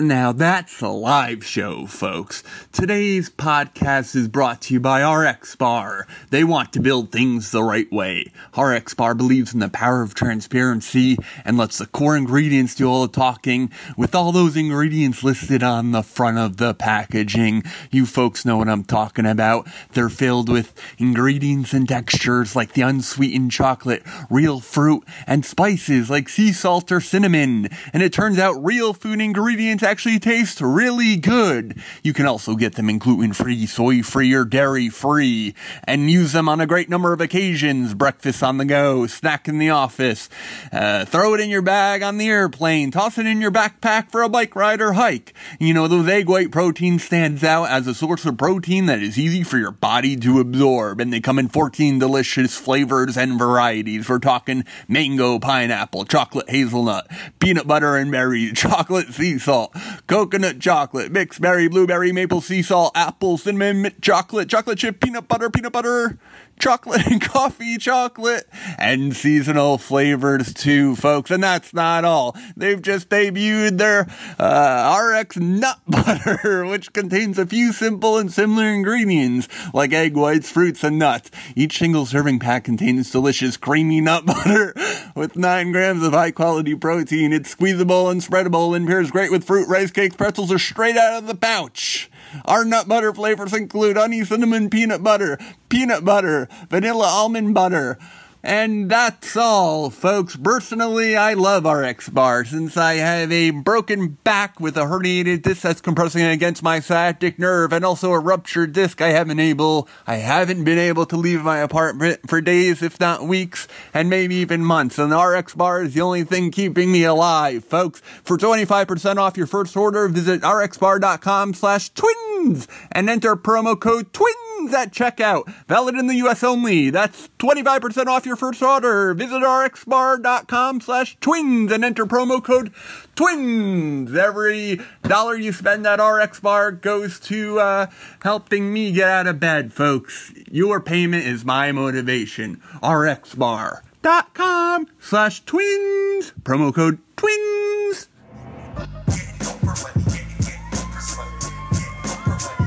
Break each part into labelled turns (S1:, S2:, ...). S1: Now that's a live show, folks. Today's podcast is brought to you by RX Bar. They want to build things the right way. RX Bar believes in the power of transparency and lets the core ingredients do all the talking with all those ingredients listed on the front of the packaging. You folks know what I'm talking about. They're filled with ingredients and textures like the unsweetened chocolate, real fruit, and spices like sea salt or cinnamon. And it turns out real food ingredients actually taste really good. You can also get them in gluten free, soy free, or dairy free, and use them on a great number of occasions breakfast on the go, snack in the office, uh, throw it in your bag on the airplane, toss it in your backpack for a bike ride or hike. You know, those egg white protein stands out as a source of protein that is easy for your body to absorb, and they come in 14 delicious flavors and varieties. We're talking mango, pineapple, chocolate hazelnut, peanut butter and berries, chocolate sea salt, coconut chocolate, mixed berry, blueberry, maple sea salt, apple, cinnamon, mint chocolate, chocolate chip, peanut butter, peanut butter, chocolate and coffee chocolate, and seasonal flavors too, folks. And that's not all. They've just debuted their uh, RX nut butter, which contains a few simple and similar ingredients like egg whites, fruits, and nuts. Each single serving pack contains delicious creamy nut butter with 9 grams of high quality protein. It's squeezable and spreadable and pairs great with fruit, rice cakes, pretzels, or straight out of the pouch. Our nut butter flavors include honey, cinnamon, peanut butter, peanut butter, vanilla almond butter. And that's all, folks. Personally, I love RX Bar since I have a broken back with a herniated disc that's compressing against my sciatic nerve and also a ruptured disc. I haven't able, I haven't been able to leave my apartment for days, if not weeks, and maybe even months. And the RX Bar is the only thing keeping me alive, folks. For 25% off your first order, visit rxbar.com slash twins and enter promo code twins at checkout. Valid in the U.S. only. That's 25% off your first order. Visit rxbar.com slash twins and enter promo code twins. Every dollar you spend at RX Bar goes to uh, helping me get out of bed, folks. Your payment is my motivation. rxbar.com slash twins. Promo code twins.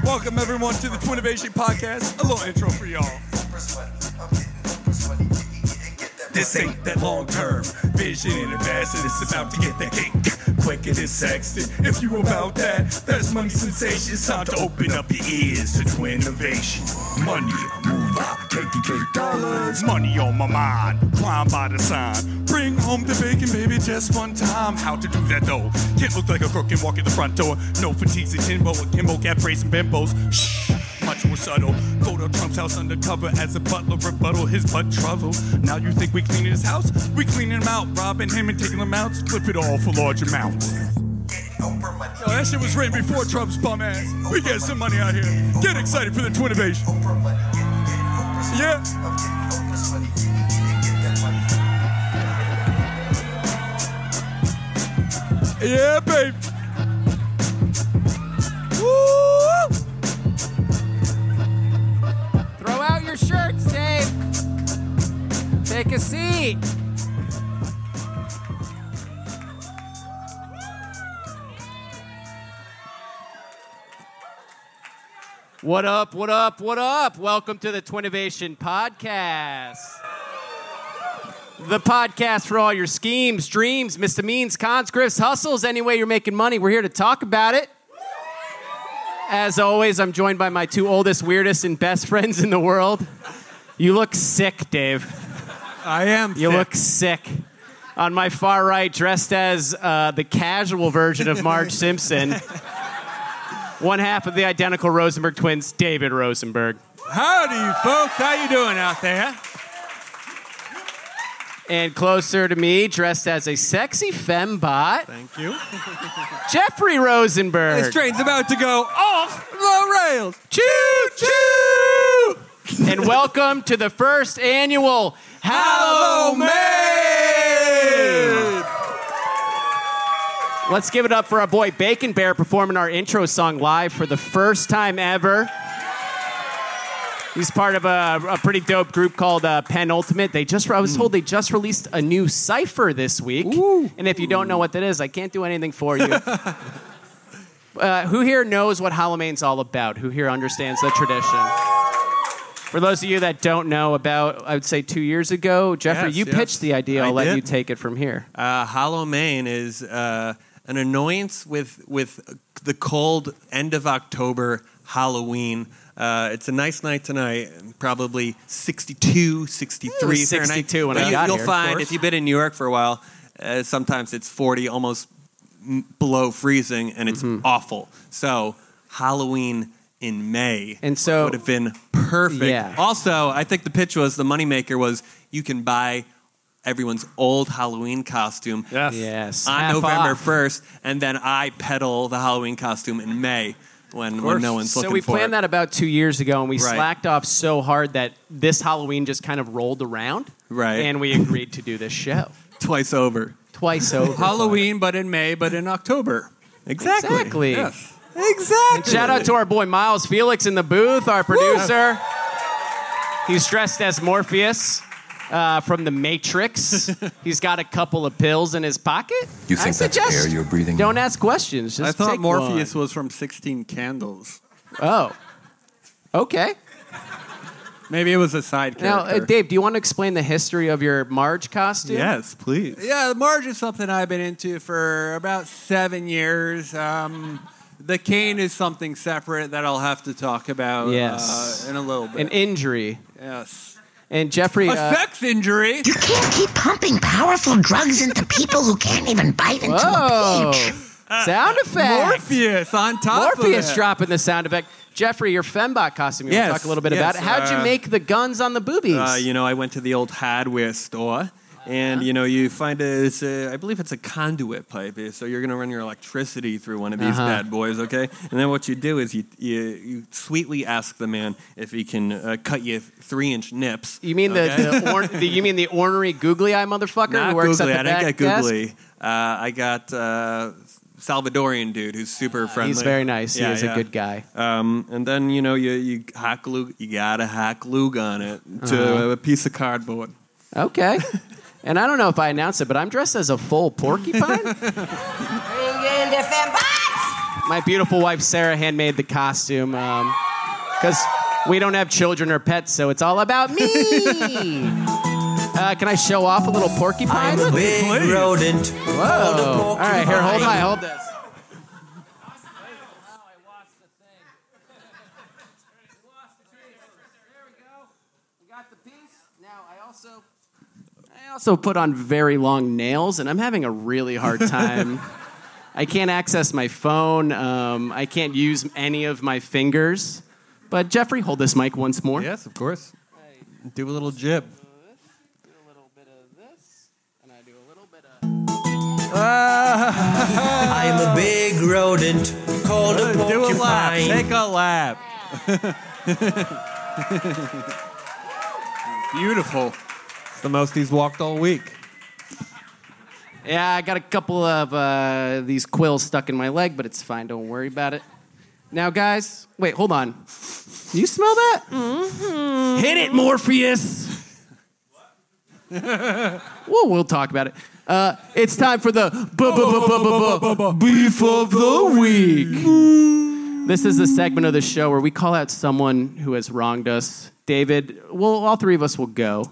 S2: Welcome everyone to the Twinnovation Podcast. A little intro for y'all. This ain't that long term vision and investment. It's about to get that cake quicker than Sexton. If you about that, there's money sensation. It's time to open up your ears to Twinnovation. Money, move up, KKK dollars. Money on my mind, crime by the sign. Bring home the bacon, baby, just one time. How to do that though? Can't look like a crook and walk in the front door. No fatigues and Timbo, a Kimbo, cat praise and bimbos. Shh much more subtle. Go to Trump's house undercover as a butler, rebuttal his butt trouble. Now you think we cleaning his house? We cleaning him out, robbing him and taking him out, flip it all for large amounts. Yo, that shit was written before Trump's bum ass. We get some money out here. Get excited for the Twinnovation. Yeah. Yeah, babe. Woo!
S3: Throw out your shirts, Dave. Take a seat. What up, what up, what up? Welcome to the Twinnovation Podcast. The podcast for all your schemes, dreams, misdemeans, cons, grifts, hustles, any way you're making money. We're here to talk about it. As always, I'm joined by my two oldest, weirdest, and best friends in the world. You look sick, Dave.
S1: I am.
S3: You look sick. On my far right, dressed as uh, the casual version of Marge Simpson, one half of the identical Rosenberg twins, David Rosenberg.
S2: Howdy, folks. How you doing out there?
S3: And closer to me, dressed as a sexy fembot,
S2: Thank you.
S3: Jeffrey Rosenberg.
S2: This train's about to go off the rails.
S3: Choo choo! and welcome to the first annual Hello Maid! Let's give it up for our boy Bacon Bear performing our intro song live for the first time ever. He's part of a, a pretty dope group called uh, Penultimate. They just—I was told they just released a new cipher this week. And if you don't know what that is, I can't do anything for you. uh, who here knows what Halloween's all about? Who here understands the tradition? For those of you that don't know, about I would say two years ago, Jeffrey,
S4: Yes,
S3: you
S4: yes.
S3: pitched the idea.
S4: I
S3: I'll let
S4: did.
S3: you take it from here.
S4: Uh, Hollow Main is uh, an annoyance with with the cold end of October Halloween. Uh, it's a nice night tonight, probably 62, 63
S3: It was 62
S4: Fahrenheit.
S3: when I
S4: But you,
S3: got
S4: You'll
S3: here, of
S4: find
S3: course.
S4: if you've been in New York for a while, uh, sometimes it's 40, almost m- below freezing, and it's
S3: Mm-hmm.
S4: awful. So Halloween in May
S3: And so-
S4: would have been perfect.
S3: Yeah.
S4: Also, I think the pitch was the moneymaker was you can buy everyone's old Halloween costume
S5: Yes.
S3: Yes.
S4: on
S3: Half
S4: November
S3: off.
S4: 1st, and then I peddle the Halloween costume in May when, when no one's
S3: so
S4: looking
S3: we
S4: for
S3: planned
S4: it.
S3: that about two years ago, and we
S4: Right.
S3: slacked off so hard that this Halloween just kind of rolled around.
S4: Right.
S3: And we agreed to do this show
S4: twice over.
S3: twice over.
S1: Halloween, but in May, but in October.
S3: Exactly.
S4: Exactly.
S1: Yes.
S3: And shout out to our boy Miles Felix in the booth, our producer. He's dressed as Morpheus uh, from The Matrix. He's got a couple of pills in his pocket.
S6: You
S3: I
S6: think that's
S3: suggest
S6: air you're breathing?
S3: Don't ask questions. Just
S1: I thought
S3: take
S1: Morpheus was from 16 Candles.
S3: one. Oh. Okay.
S1: Maybe it was a side
S3: Now,
S1: character.
S3: uh, Dave, do you want to explain the history of your Marge costume?
S4: Yes, please.
S1: Yeah, Marge is something I've been into for about seven years. Um, the cane is something separate that I'll have to talk about
S3: Yes.
S1: uh, in a little bit.
S3: An injury.
S1: yes.
S3: And Jeffrey,
S1: A
S3: uh,
S1: sex injury?
S7: You can't keep pumping powerful drugs into people who can't even bite into
S3: Whoa.
S7: a peach.
S3: sound effect.
S1: Morpheus on top
S3: Morpheus
S1: of it.
S3: dropping the sound effect. Jeffrey, your fembot costume. You
S4: Yes,
S3: want to talk a little bit about
S4: yes,
S3: it. How'd you
S4: uh,
S3: make the guns on the boobies?
S4: Uh, you know, I went to the old hardware store, and you know, you find a, it's a, I believe it's a conduit pipe. eh, So you're gonna run your electricity through one of these
S3: Uh-huh.
S4: bad boys, okay? And then what you do is you you, you sweetly ask the man if he can uh, cut you three inch nips.
S3: You mean the,
S4: okay?
S3: the, orn the you mean the ornery googly eye motherfucker
S4: Not
S3: who works
S4: googly.
S3: at the
S4: I
S3: back
S4: didn't get
S3: desk?
S4: googly. Uh, I got uh, Salvadorian dude who's super friendly.
S3: Ah, He's very nice.
S4: Yeah,
S3: he is
S4: yeah.
S3: a good guy.
S4: Um, and then you know you you hack glue. You gotta hack glue on it to
S3: Uh-huh.
S4: a piece of cardboard.
S3: Okay. and I don't know if I announced it, but I'm dressed as a full porcupine. My beautiful wife Sarah handmade the costume because we don't have children or pets, so it's all about me. uh, can I show off a little porcupine?
S6: Big rodent.
S3: Whoa! All right, here, hold my, hold this. I also put on very long nails, and I'm having a really hard time. I can't access my phone. Um, I can't use any of my fingers. But Jeffrey, hold this mic once more.
S4: Yes, of course. Do a little jib.
S3: Do a little bit of this, and I do a little bit of.
S6: I'm a big rodent called a
S4: Do a lap.
S6: porcupine.
S4: Take a lap.
S1: Beautiful.
S4: It's the most he's walked all week.
S3: Yeah, I got a couple of uh, these quills stuck in my leg, but it's fine. Don't worry about it. Now, guys, wait, hold on. You smell that? Hit it, Morpheus. well, we'll talk about it. Uh, it's time for the bu- bu- bu- bu- bu- bu- beef of the week. This is the segment of the show where we call out someone who has wronged us. David, well, all three of us will go.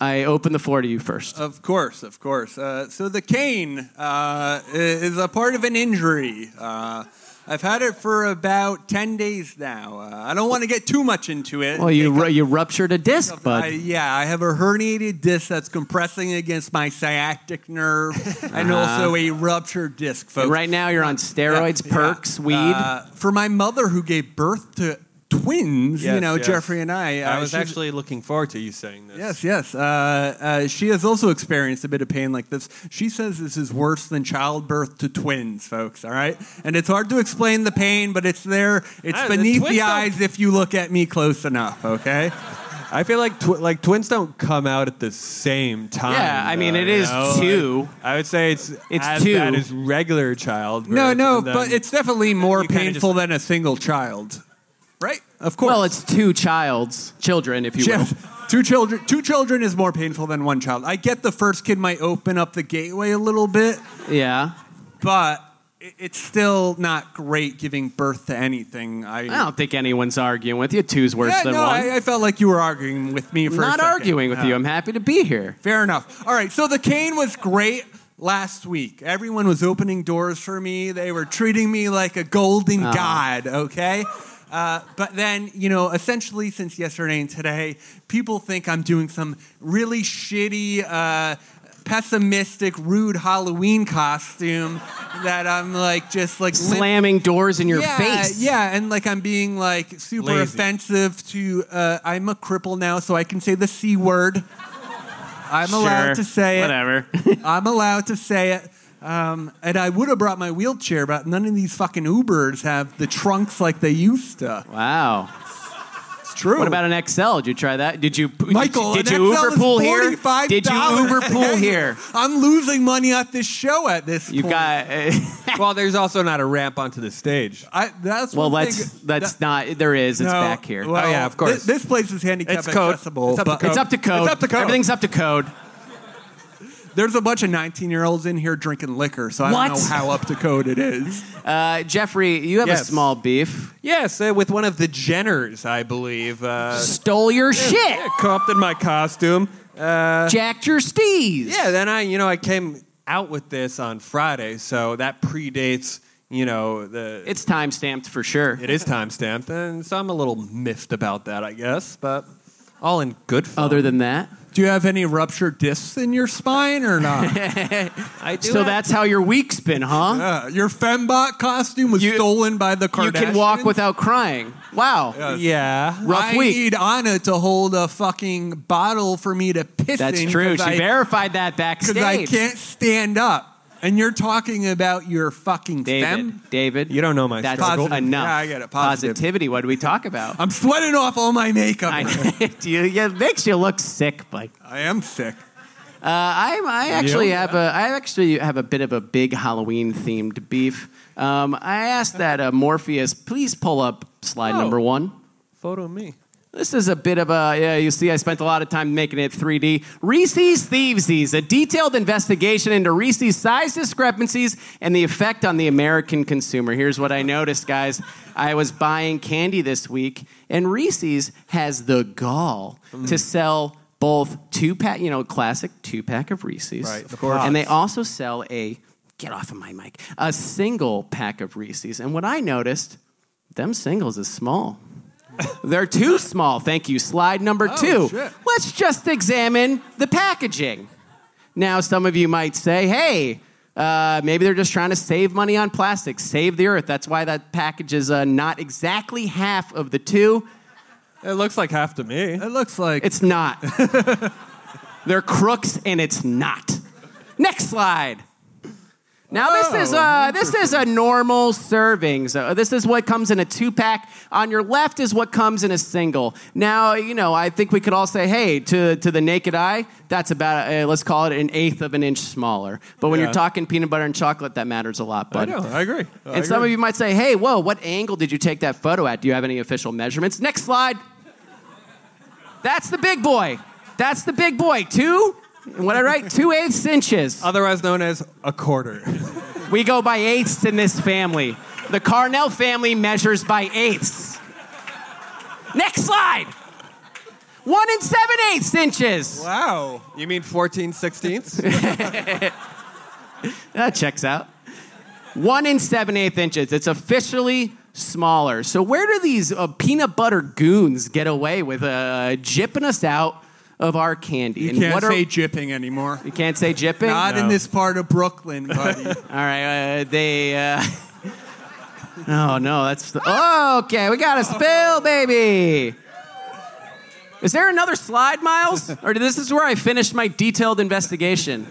S3: I open the floor to you first.
S1: Of course, of course. Uh, so the cane uh, i- is a part of an injury. Uh, I've had it for about 10 days now. Uh, I don't want to get too much into it.
S3: Well, you ru- you ruptured a disc,
S1: I,
S3: bud.
S1: yeah, I have a herniated disc that's compressing against my sciatic nerve, and also a ruptured disc, folks.
S3: And Uh-huh. right now you're on steroids,
S1: Yeah.
S3: perks, weed.
S1: Uh, for my mother who gave birth to twins, you
S4: Yes,
S1: know,
S4: yes.
S1: Jeffrey and I.
S4: I
S1: uh,
S4: was
S1: she's-
S4: actually looking forward to you saying this.
S1: Yes, yes. Uh, uh, she has also experienced a bit of pain like this. She says this is worse than childbirth to twins, folks. All right, and it's hard to explain the pain, but it's there. It's
S4: Ah, the
S1: beneath the,
S4: twins don't-
S1: eyes if you look at me close enough. Okay.
S4: I feel like tw- like twins don't come out at the same time.
S3: Yeah, I mean,
S4: though,
S3: it
S4: you
S3: is
S4: know?
S3: two.
S4: I would say it's
S3: It's
S4: as
S3: two.
S4: bad as regular child.
S1: No, no, but it's definitely more
S4: you kinda just-
S1: painful than a single child.
S4: right? Of course.
S3: Well, it's two childs, children, if you will.
S4: Jeff, two children. Two children is more painful than one child. I get the first kid might open up the gateway a little bit,
S3: Yeah.
S4: but it- it's still not great giving birth to anything. I,
S3: I don't think anyone's arguing with you. Two's worse
S4: yeah,
S3: than
S4: no,
S3: one.
S4: I, I felt like you were arguing with me for
S3: I'm
S4: a
S3: not
S4: second.
S3: arguing with
S4: Yeah.
S3: you. I'm happy to be here.
S4: Fair enough. All right, so the cane was great last week. Everyone was opening doors for me. They were treating me like a golden
S3: Uh-huh.
S4: god, okay? Uh, but then, you know, essentially since yesterday and today, people think I'm doing some really shitty, uh, pessimistic, rude Halloween costume that I'm like just like limp-
S3: Slamming doors in your
S4: yeah,
S3: face.
S4: Yeah, and like I'm being like super
S1: Lazy.
S4: offensive to. Uh, I'm a cripple now, so I can say the c word. I'm allowed to say it.
S3: Whatever.
S4: I'm allowed to say it. Um, and I would have brought my wheelchair, but none of these fucking Ubers have the trunks like they used to.
S3: wow.
S4: It's true.
S3: What about an XL? Did you try that? Did you
S4: Michael?
S3: Did
S4: an
S3: you
S4: XL
S3: Uber
S4: is
S3: pool here?
S4: $45.
S3: Did you Uber pool
S4: Yeah,
S3: here?
S4: I'm losing money at this show at this.
S3: You've
S4: point.
S3: got.
S5: well, there's also not a ramp onto the stage.
S4: I, that's
S3: well,
S4: one
S3: let's.
S4: thing-
S3: That's not. There is. It's back here.
S4: well,
S5: Oh, yeah, of course.
S4: thi- This, place is handicap
S5: It's code.
S4: accessible.
S5: It's up to
S4: but-
S5: code.
S3: it's up to code.
S4: It's up to code.
S3: Everything's up to code.
S4: There's a bunch of 19 year olds in here drinking liquor, so I
S3: What?
S4: don't know how up to code it is.
S3: Uh, Jeffrey, you have a
S5: Yes.
S3: small beef.
S5: Yes, uh, with one of the Jenners, I believe. Uh,
S3: Stole your shit.
S5: yeah, co-opted my costume.
S3: Jacked your steez.
S5: Yeah, then I, you know, I came out with this on Friday, so that predates, you know, the
S3: It's time stamped for sure.
S5: it is time stamped, and so I'm a little miffed about that, I guess, but all in good
S4: um,
S5: fun.
S3: Other than that,
S4: Uh, Do you have any ruptured discs in your spine or not?
S5: I do
S3: so
S5: have-
S3: that's how your week's been, huh?
S4: Uh, your fembot costume was
S3: You-
S4: stolen by the Kardashians.
S3: You can walk without crying. Wow.
S5: yeah.
S3: rough
S4: I
S3: week.
S4: need Anna to hold a fucking bottle for me to piss
S3: That's
S4: in.
S3: true. She
S4: Because I,
S3: verified that
S4: 'cause
S3: backstage.
S4: I can't stand up. And you're talking about your fucking
S3: David,
S4: fem?
S3: David,
S5: You don't know my
S3: that's
S5: struggle.
S4: Positive.
S3: enough.
S4: Yeah, I get it. Positive.
S3: Positivity. What do we talk about?
S4: I'm sweating off all my makeup.
S3: I,
S4: I,
S3: Do you, yeah, it makes you look sick, Mike.
S4: am sick.
S3: I, Uh, I actually have a I actually have a bit of a big Halloween themed beef. Um, I asked that uh, Morpheus please pull up slide number one.
S5: Photo me.
S3: This is a bit of a, yeah, you see, I spent a lot of time making it 3D. Reese's Thievesies, a detailed investigation into Reese's size discrepancies and the effect on the American consumer. Here's what I noticed, guys. I was buying candy this week, and Reese's has the gall
S5: Mm.
S3: to sell both two pack, you know, classic two pack of Reese's.
S5: Right, of course.
S3: And they also sell a, get off of my mic, a single pack of Reese's. And what I noticed, them singles is small. They're too small. Thank you. Slide number two.
S4: shit.
S3: Let's just examine the packaging. Now, some of you might say, hey, uh, maybe they're just trying to save money on plastic, save the earth. That's why that package is uh, not exactly half of the two.
S5: It looks like half to me.
S4: It looks like
S3: It's not. They're crooks, and it's not. Next slide. Now this
S5: Oh.
S3: is a this is a normal serving. So this is what comes in a two pack. On your left is what comes in a single. Now you know I think we could all say, hey, to to the naked eye, that's about uh, let's call it an eighth of an inch smaller. But when you're
S5: Yeah.
S3: talking peanut butter and chocolate, that matters a lot.
S5: I
S3: But
S5: know. I agree. I
S3: and some of
S5: agree.
S3: you might say, hey, whoa, what angle did you take that photo at? Do you have any official measurements? Next slide. That's the big boy. That's the big boy. Two, what I write? Two eighths inches.
S5: Otherwise known as a quarter.
S3: We go by eighths in this family. The Carnell family measures by eighths. Next slide. One and seven eighths inches.
S5: Wow. You mean 14 sixteenths?
S3: That checks out. One and seven eighth inches. It's officially smaller. So where do these uh, peanut butter goons get away with uh, jipping us out of our candy?
S4: you can't say jipping anymore.
S3: you can't say jipping.
S4: Not in this part of Brooklyn, buddy.
S3: All right, uh, they. Uh, oh no, that's the, oh, okay. We got a spill, baby. Is there another slide, Miles? Or this is where I finished my detailed investigation.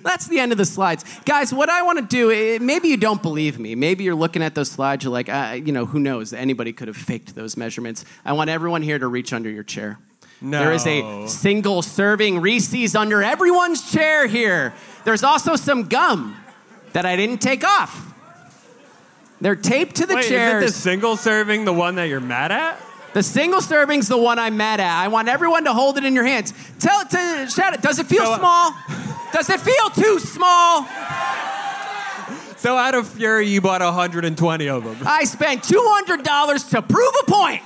S3: That's the end of the slides, guys. What I want to do, eh, maybe you don't believe me. Maybe you're looking at those slides. You're like, uh, you know, who knows? Anybody could have faked those measurements. I want everyone here to reach under your chair.
S5: No.
S3: There is a single serving Reese's under everyone's chair here. There's also some gum that I didn't take off. They're taped to the
S5: Wait,
S3: chairs.
S5: is it the single serving the one that you're mad at?
S3: The single serving's the one I'm mad at. I want everyone to hold it in your hands. Tell it to shout it. Does it feel
S5: So, uh,
S3: small? Does it feel too small?
S5: So out of fury, you bought 120 of them.
S3: I spent $200 to prove a point.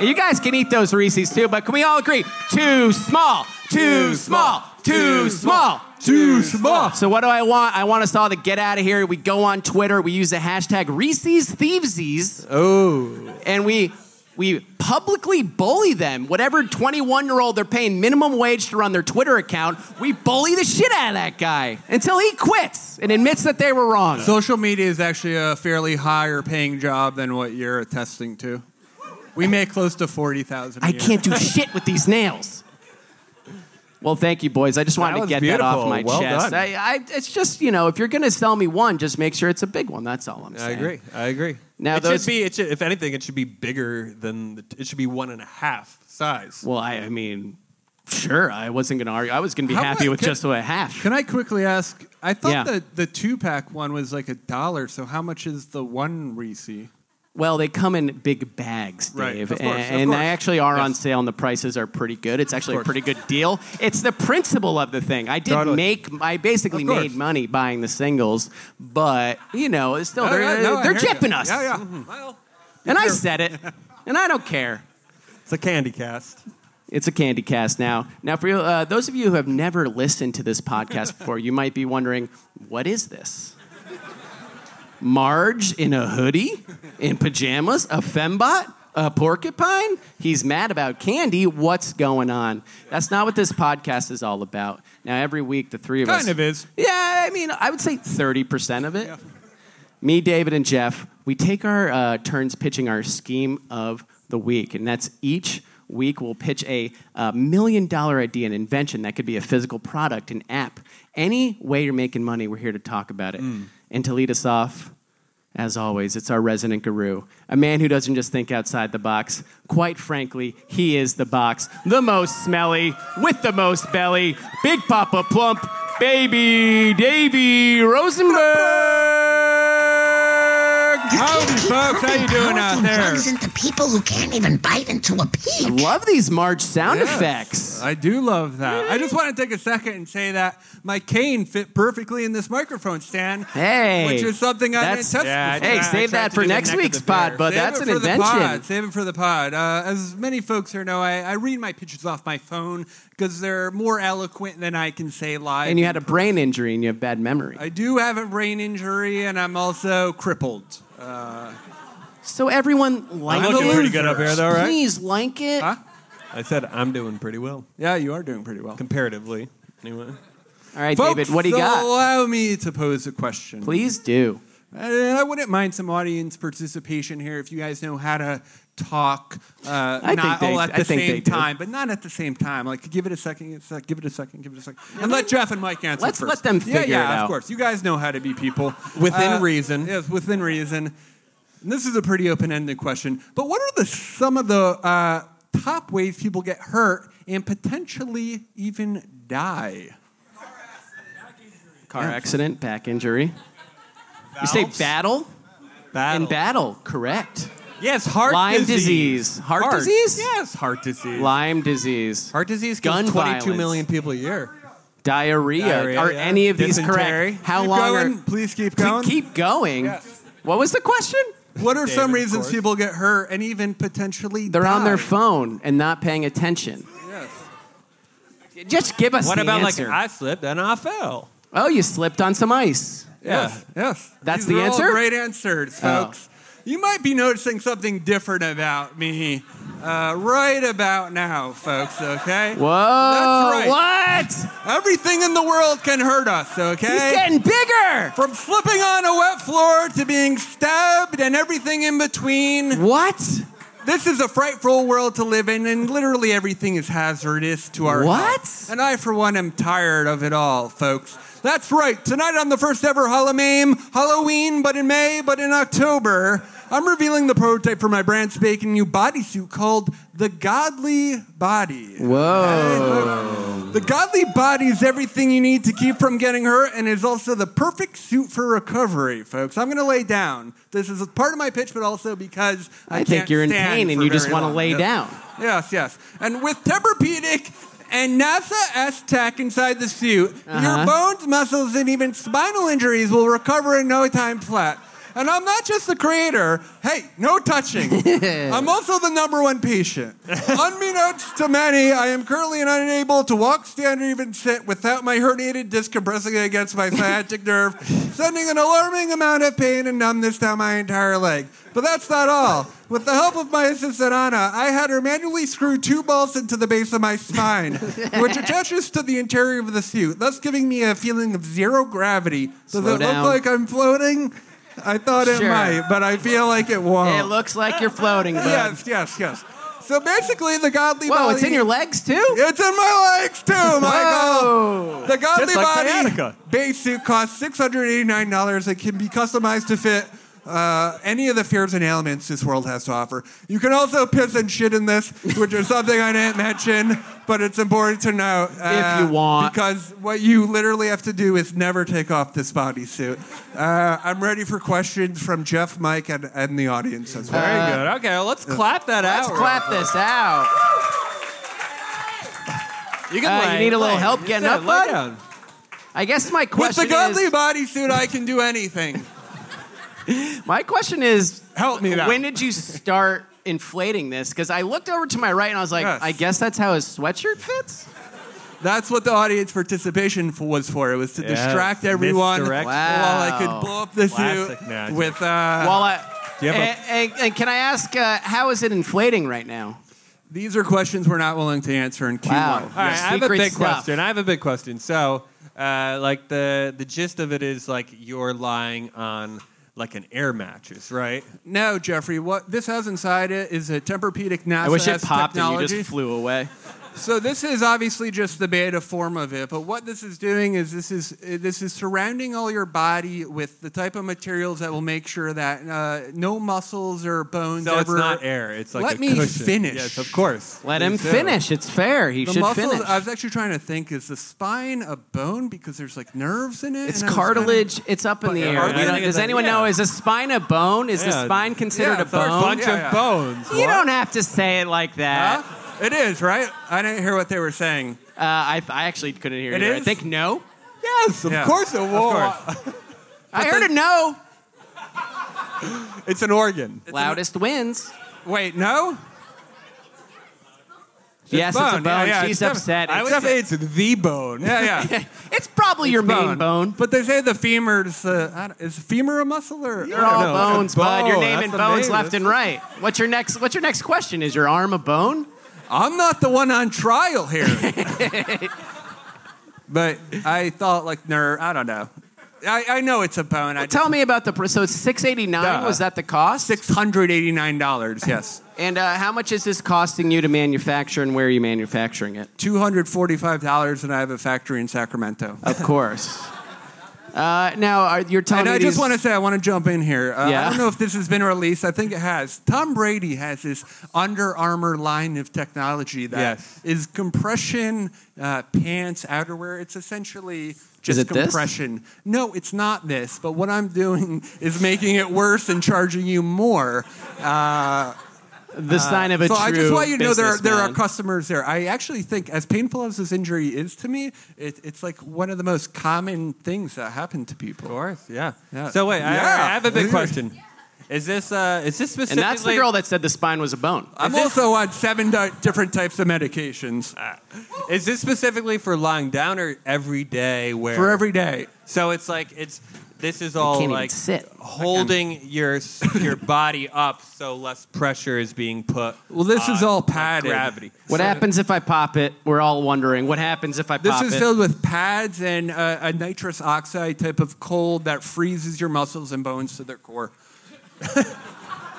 S3: You guys can eat those Reese's too, but can we all agree? Too small, too small, too small.
S5: Too small.
S3: So what do I want? I want us all to get out of here. We go on Twitter. We use the hashtag Reese's Thievesies. Oh. And we we publicly bully them. Whatever 21 year old they're paying minimum wage to run their Twitter account, we bully the shit out of that guy until he quits and admits that they were wrong.
S4: Social media is actually a fairly higher paying job than what you're attesting to. We make close to 40,000 a
S3: I
S4: year.
S3: can't do shit with these nails. Well, thank you, boys. I just wanted to
S5: was
S3: get that off
S5: beautiful.
S3: my
S5: Well
S3: chest.
S5: done.
S3: I, I, it's just, you know, if you're going to sell me one, just make sure it's a big one. That's all I'm
S5: I
S3: saying.
S5: agree. I agree.
S3: Now
S5: it
S3: those-
S5: should be. It should, if anything, it should be bigger than. The, it should be one and a half size.
S3: Well, I, I mean, sure, I wasn't going to argue. I was going to be
S4: How
S3: happy
S4: about-
S3: with
S4: can-
S3: just a half.
S4: Can I quickly ask? I thought
S3: Yeah.
S4: the, the two pack one was like a dollar, so how much is the one Reese?
S5: Oh,
S3: well, they come in big bags, Dave.
S4: Right, of course,
S3: and
S4: of
S3: and
S4: course.
S3: they actually are on
S4: Yes.
S3: sale, and the prices are pretty good. It's actually a pretty good deal. It's the principle of the thing. I did
S4: Totally.
S3: make, I basically
S4: Of course.
S3: made money buying the singles, but, you know, it's still,
S4: No,
S3: they're,
S4: Oh, yeah, no, I
S3: they're
S4: hear you.
S3: gypping us.
S4: Yeah, yeah.
S5: Mm-hmm.
S3: And I said it. And I don't care.
S5: It's a candy cast.
S3: It's a candy cast now. Now, for you, uh, those of you who have never listened to this podcast before, you might be wondering what is this? Marge in a hoodie, in pajamas, a fembot, a porcupine? He's mad about candy. What's going on? That's not what this podcast is all about. Now, every week, the three of us.
S5: Kind of is.
S3: Yeah, I mean, I would say 30% of it. Me, David, and Jeff, we take our uh, turns pitching our scheme of the week, and that's each week we'll pitch a, uh million dollar idea, an invention that could be a physical product, an app, any way you're making money. We're here to talk about it. And to lead us off, as always, it's our resident guru, a man who doesn't just think outside the box. Quite frankly, he is the box, the most smelly, with the most belly, Big Papa Plump, Baby Davy Rosenberg.
S7: You
S4: Howdy, Oh, folks.
S7: can't keep
S4: How
S7: pumping
S4: you doing
S7: powerful
S4: out there?
S7: drugs into people who can't even bite into a peach.
S3: Love these Marge sound
S4: Yes.
S3: effects.
S4: I do love that. I just want to take a second and say that my cane fit perfectly in this microphone stand.
S3: Hey,
S4: Which is something I
S3: that's-
S4: didn't test
S5: Yeah, I
S4: before.
S3: Hey,
S5: I
S3: save
S5: tried
S3: that
S5: to
S3: for
S5: do the
S3: next
S5: neck of
S3: week's
S5: the bear.
S3: pod, but
S4: Save
S3: that's
S4: it
S3: an
S4: for The
S3: invention.
S4: pod. Save it for the pod. Uh, as many folks here know, I, I read my pictures off my phone because they're more eloquent than I can say live.
S3: And you had a brain injury and you have bad memory.
S4: I do have a brain injury, and I'm also crippled.
S3: So everyone like
S5: looking
S3: it.
S5: pretty good up here, though, right?
S3: Please like it.
S4: Huh?
S5: I said I'm doing pretty well
S4: Yeah, you are doing pretty well.
S5: comparatively. Anyway,
S3: All right,
S4: Folks,
S3: David, what do you
S5: uh,
S3: got?
S4: Allow me to pose a question.
S3: Please do.
S4: I, I wouldn't mind some audience participation here if you guys know how to talk. Uh,
S3: I think
S4: not
S3: they-
S4: all at
S3: I
S4: the
S3: think they
S4: same
S3: do.
S4: time, but not at the same time. Like, give it a second, give it a sec- give it a second, give it a second, and let Jeff and Mike answer
S3: Let's
S4: first.
S3: let them
S4: yeah,
S3: figure
S4: yeah,
S3: it
S4: of
S3: out.
S4: course. You guys know how to be people Uh,
S5: Within reason.
S4: Yes, within reason. And this is a pretty open-ended question, but what are the some of the uh, top ways people get hurt and potentially even die?
S3: Car accident, back injury. You say battle?
S5: battle.
S3: In battle, correct.
S5: yes, heart
S3: Lyme
S5: disease.
S3: disease. Heart, disease?
S5: Yes, heart disease.
S3: Lyme disease.
S5: Heart disease
S3: Gun
S5: kills 22 million
S3: violence.
S5: people a year.
S3: Diarrhea.
S5: Diarrhea,
S3: Are
S5: yeah.
S3: any of these
S5: Dysentery.
S3: correct? How
S4: Keep
S3: long
S4: going.
S3: are
S4: Please keep
S3: Ple-
S4: going.
S3: keep going? What was the question?
S4: What are some
S5: of
S4: reasons
S5: course.
S4: people get hurt and even potentially
S3: They're on their
S4: die?
S3: phone and not paying attention.
S4: Yes.
S3: Just give us
S5: What
S3: the
S5: about
S3: answer.
S5: like I slipped and I fell?
S3: oh, you slipped on some ice.
S4: Yes. Yes.
S3: That's
S4: These
S3: the
S4: are all
S3: answer?
S4: great answers,
S3: Oh.
S4: folks. You might be noticing something different about me uh, right about now, folks. Okay.
S3: Whoa!
S4: That's right.
S3: What?
S4: Everything in the world can hurt us. Okay.
S3: He's getting bigger.
S4: From slipping on a wet floor to being stabbed and everything in between.
S3: What?
S4: This is a frightful world to live in, and literally everything is hazardous to our
S3: What?
S4: health. And I, for one, am tired of it all, folks. That's right. Tonight on the first ever Halloween, Halloween, but in May, but in October, I'm revealing the prototype for my brand spanking new bodysuit called the Godly Body.
S3: Whoa!
S4: Hey, folks, The godly body is everything you need to keep from getting hurt and is also the perfect suit for recovery, folks. I'm going to lay down. This is part of my pitch, but also because I,
S3: I think
S4: can't
S3: you're in
S4: stand
S3: pain and
S4: for
S3: you just
S4: very
S3: want to
S4: long.
S3: lay
S4: Yes.
S3: down.
S4: Yes, yes. And with Tempur-Pedic and NASA S-Tech inside the suit,
S3: Uh-huh.
S4: your bones, muscles, and even spinal injuries will recover in no time flat. And I'm not just the creator. Hey, no touching. I'm also the number one patient. Unbeknownst to many, I am currently unable to walk, stand, or even sit without my herniated disc compressing against my sciatic nerve, sending an alarming amount of pain and numbness down my entire leg. But that's not all. With the help of my assistant Anna, I had her manually screw two balls into the base of my spine, which attaches to the interior of the suit, thus giving me a feeling of zero gravity. Does
S3: Slow
S4: it
S3: down.
S4: look like I'm floating? I thought it
S3: Sure.
S4: might, but I feel like it won't.
S3: It looks like you're floating, bud.
S4: Yes, yes, yes. So basically, the godly
S3: Whoa,
S4: body.
S3: it's in your legs too?
S4: It's in my legs too, Michael.
S3: Whoa.
S4: The godly
S1: Just like
S4: body
S1: sciatica.
S4: base suit costs six hundred eighty-nine dollars. It can be customized to fit. Uh, any of the fears and ailments this world has to offer. You can also piss and shit in this, which is something I didn't mention, but it's important to note. uh,
S3: you want.
S4: Because what you literally have to do is never take off this bodysuit. Uh, I'm ready for questions from Jeff, Mike, and, and the audience as well.
S3: Uh,
S1: Very good. Okay, well, let's clap that
S3: Let's
S1: out.
S3: clap this out.
S1: You,
S3: Uh, you
S1: lay,
S3: need a little
S1: lay.
S3: help
S1: You
S3: getting
S1: said
S3: up,
S1: lay
S3: bud?
S1: down.
S3: I guess my
S4: With
S3: question
S4: the godly
S3: is
S4: bodysuit, I can do anything.
S3: my question is
S4: Help me out.
S3: when did you start inflating this? Because I looked over to my right and I was like,
S4: Yes.
S3: I guess that's how his sweatshirt fits?
S4: That's what the audience participation f- was for. It was to distract everyone
S1: misdirect.
S4: while I
S3: Wow.
S4: could blow up the
S1: Classic
S4: suit
S1: magic.
S4: with. Uh,
S3: While I,
S1: Uh-huh. Do you have a-
S3: and, and- and can I ask, uh, how is it inflating right now?
S4: these are questions we're not willing to answer in Q1.
S3: Wow.
S1: All right, I have a
S3: Secret
S1: big
S3: stuff.
S1: question. I have a big question. So, uh, like the the gist of it is like you're lying on like an air mattress, right?
S4: No, Jeffrey, what this has inside it is a Tempur-Pedic NASA
S3: I wish it
S4: S
S3: popped
S4: technology.
S3: and you just flew away.
S4: So this is obviously just the beta form of it, but what this is doing is this is uh, this is surrounding all your body with the type of materials that will make sure that uh, no muscles or bones
S1: So it's
S4: ever.
S1: not air. It's like
S4: Let
S1: a
S4: me
S1: cushion.
S4: finish.
S1: Yes, of course.
S3: Let him
S4: Please do.
S3: finish. It's fair. He
S4: The
S3: should
S4: muscles.
S3: finish.
S4: I was actually trying to think: is the spine a bone because there's like nerves in it?
S3: It's
S4: And I was trying to-
S3: cartilage. It's up in the
S4: But-
S3: air.
S4: Are
S3: You
S4: they-
S3: don't- does
S1: Yeah.
S3: anyone know? Is a spine a bone? Is the
S1: Yeah.
S3: spine considered
S4: Yeah,
S3: a
S4: they're a
S3: bone?
S1: Bunch
S4: Yeah, yeah.
S1: of bones.
S3: You don't have to say it like that.
S4: Huh? It is right. I didn't hear what they were saying.
S3: Uh, I, I actually couldn't hear
S4: It
S3: you. I
S4: is?
S3: think no.
S4: Yes, of course it was.
S3: I heard a no.
S4: It's an organ.
S3: Loudest wins.
S4: Wait, no.
S3: yes, it's a
S4: bone.
S3: bone.
S4: Yeah, yeah,
S3: She's
S4: it's def-
S3: upset.
S1: I
S3: It's-
S1: would say it's the bone.
S4: Yeah, yeah.
S3: it's probably your main
S4: Bone.
S3: bone.
S4: But they say the femur is the I don't- is femur a muscle or
S3: They're all
S1: no, it's a
S3: bones, bud. You're
S1: bone.
S3: naming
S1: That's
S3: bones
S1: amazing.
S3: left and right. What's your next? What's your next question? Is your arm a bone?
S4: I'm not the one on trial here. but I thought like nerve. I don't know. I, I know it's a bone. I
S3: Tell me about the. pr- So it's six eighty nine.
S4: Duh.
S3: Was that the cost?
S4: six hundred eighty nine dollars. Yes.
S3: And uh, how much is this costing you to manufacture, and where are you manufacturing it?
S4: $245 and I have a factory in Sacramento.
S3: Of course. Uh, now, are, you're telling
S4: And
S3: me
S4: I just
S3: these-
S4: want to say, I want to jump in here. Uh,
S3: Yeah.
S4: I don't know if this has been released. I think it has. Tom Brady has this Under Armour line of technology that
S1: Yes.
S4: is compression uh, pants, outerwear. It's essentially just
S3: it this?
S4: compression. No, it's not this. But what I'm doing is making it worse and charging you more.
S3: the sign of a
S4: so
S3: true
S4: I just want you to know there are, there are
S3: businessman.
S4: customers there. I actually think, as painful as this injury is to me, it, it's like one of the most common things that happen to people.
S1: Of course, yeah.
S4: Yeah.
S1: So wait, I,
S4: Yeah.
S1: I have a big question. Is this uh, is this
S3: and
S1: specifically?
S3: that's the girl that said the spine was a bone.
S4: I'm also on seven di- different types of medications
S1: Uh, Is this specifically for lying down or every day? Where
S4: for every day.
S1: So it's like it's this is all
S3: can't even
S1: like
S3: sit.
S1: holding your your body up so less pressure is being put.
S4: Well, this is
S1: on,
S4: all
S1: like,
S4: padded.
S1: gravity.
S3: What happens if I pop it? We're all wondering. What happens if I
S4: This
S3: pop
S4: is
S3: it?
S4: filled with pads and uh, a nitrous oxide type of cold that freezes your muscles and bones to their core.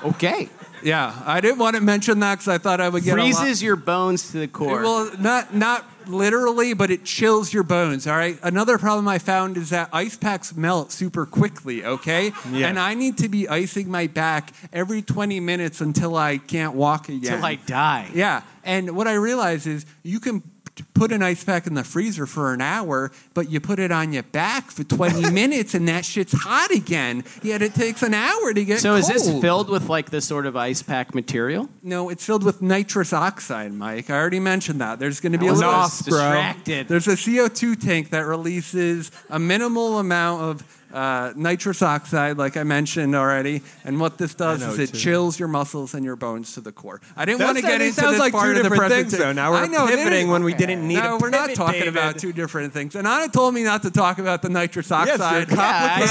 S3: okay.
S4: Yeah, I didn't want to mention that because I thought I would get
S3: Freezes your bones to the
S4: A lot.
S3: core.
S4: Well, not not literally, but it chills your bones. All right. Another problem I found is that ice packs melt super quickly. Okay.
S1: Yes.
S4: And I need to be icing my back every 20 minutes until I can't walk again.
S3: Till I die.
S4: Yeah. And what I realize is you can
S5: put an ice pack in the freezer for an hour, but you put it on your back for 20 minutes and that shit's hot again. Yet it takes an hour to get
S3: So
S5: cold.
S3: is this filled with like this sort of ice pack material?
S5: No, it's filled with nitrous oxide, Mike. I already mentioned that. There's going to be
S3: I
S5: a
S3: was
S5: little
S3: distracted.
S5: There's a CO2 tank that releases a minimal amount of uh, nitrous oxide, like I mentioned already. And what this does
S4: know
S5: is it
S4: too.
S5: chills your muscles and your bones to the core. I didn't
S4: Those
S5: want to get
S4: sound-
S5: into
S4: sounds
S5: this
S4: like
S5: part
S4: two
S5: of the
S4: different things,
S5: presentation.
S4: though. Now we're
S5: I know,
S4: pivoting
S5: didn't-
S4: when we didn't need
S5: No,
S4: a
S5: we're not
S4: pivot,
S5: talking
S4: David.
S5: about two different things. And Anna told me not to talk about the nitrous
S4: you're
S5: oxide.
S4: Yeah,
S3: I
S5: but
S4: complicating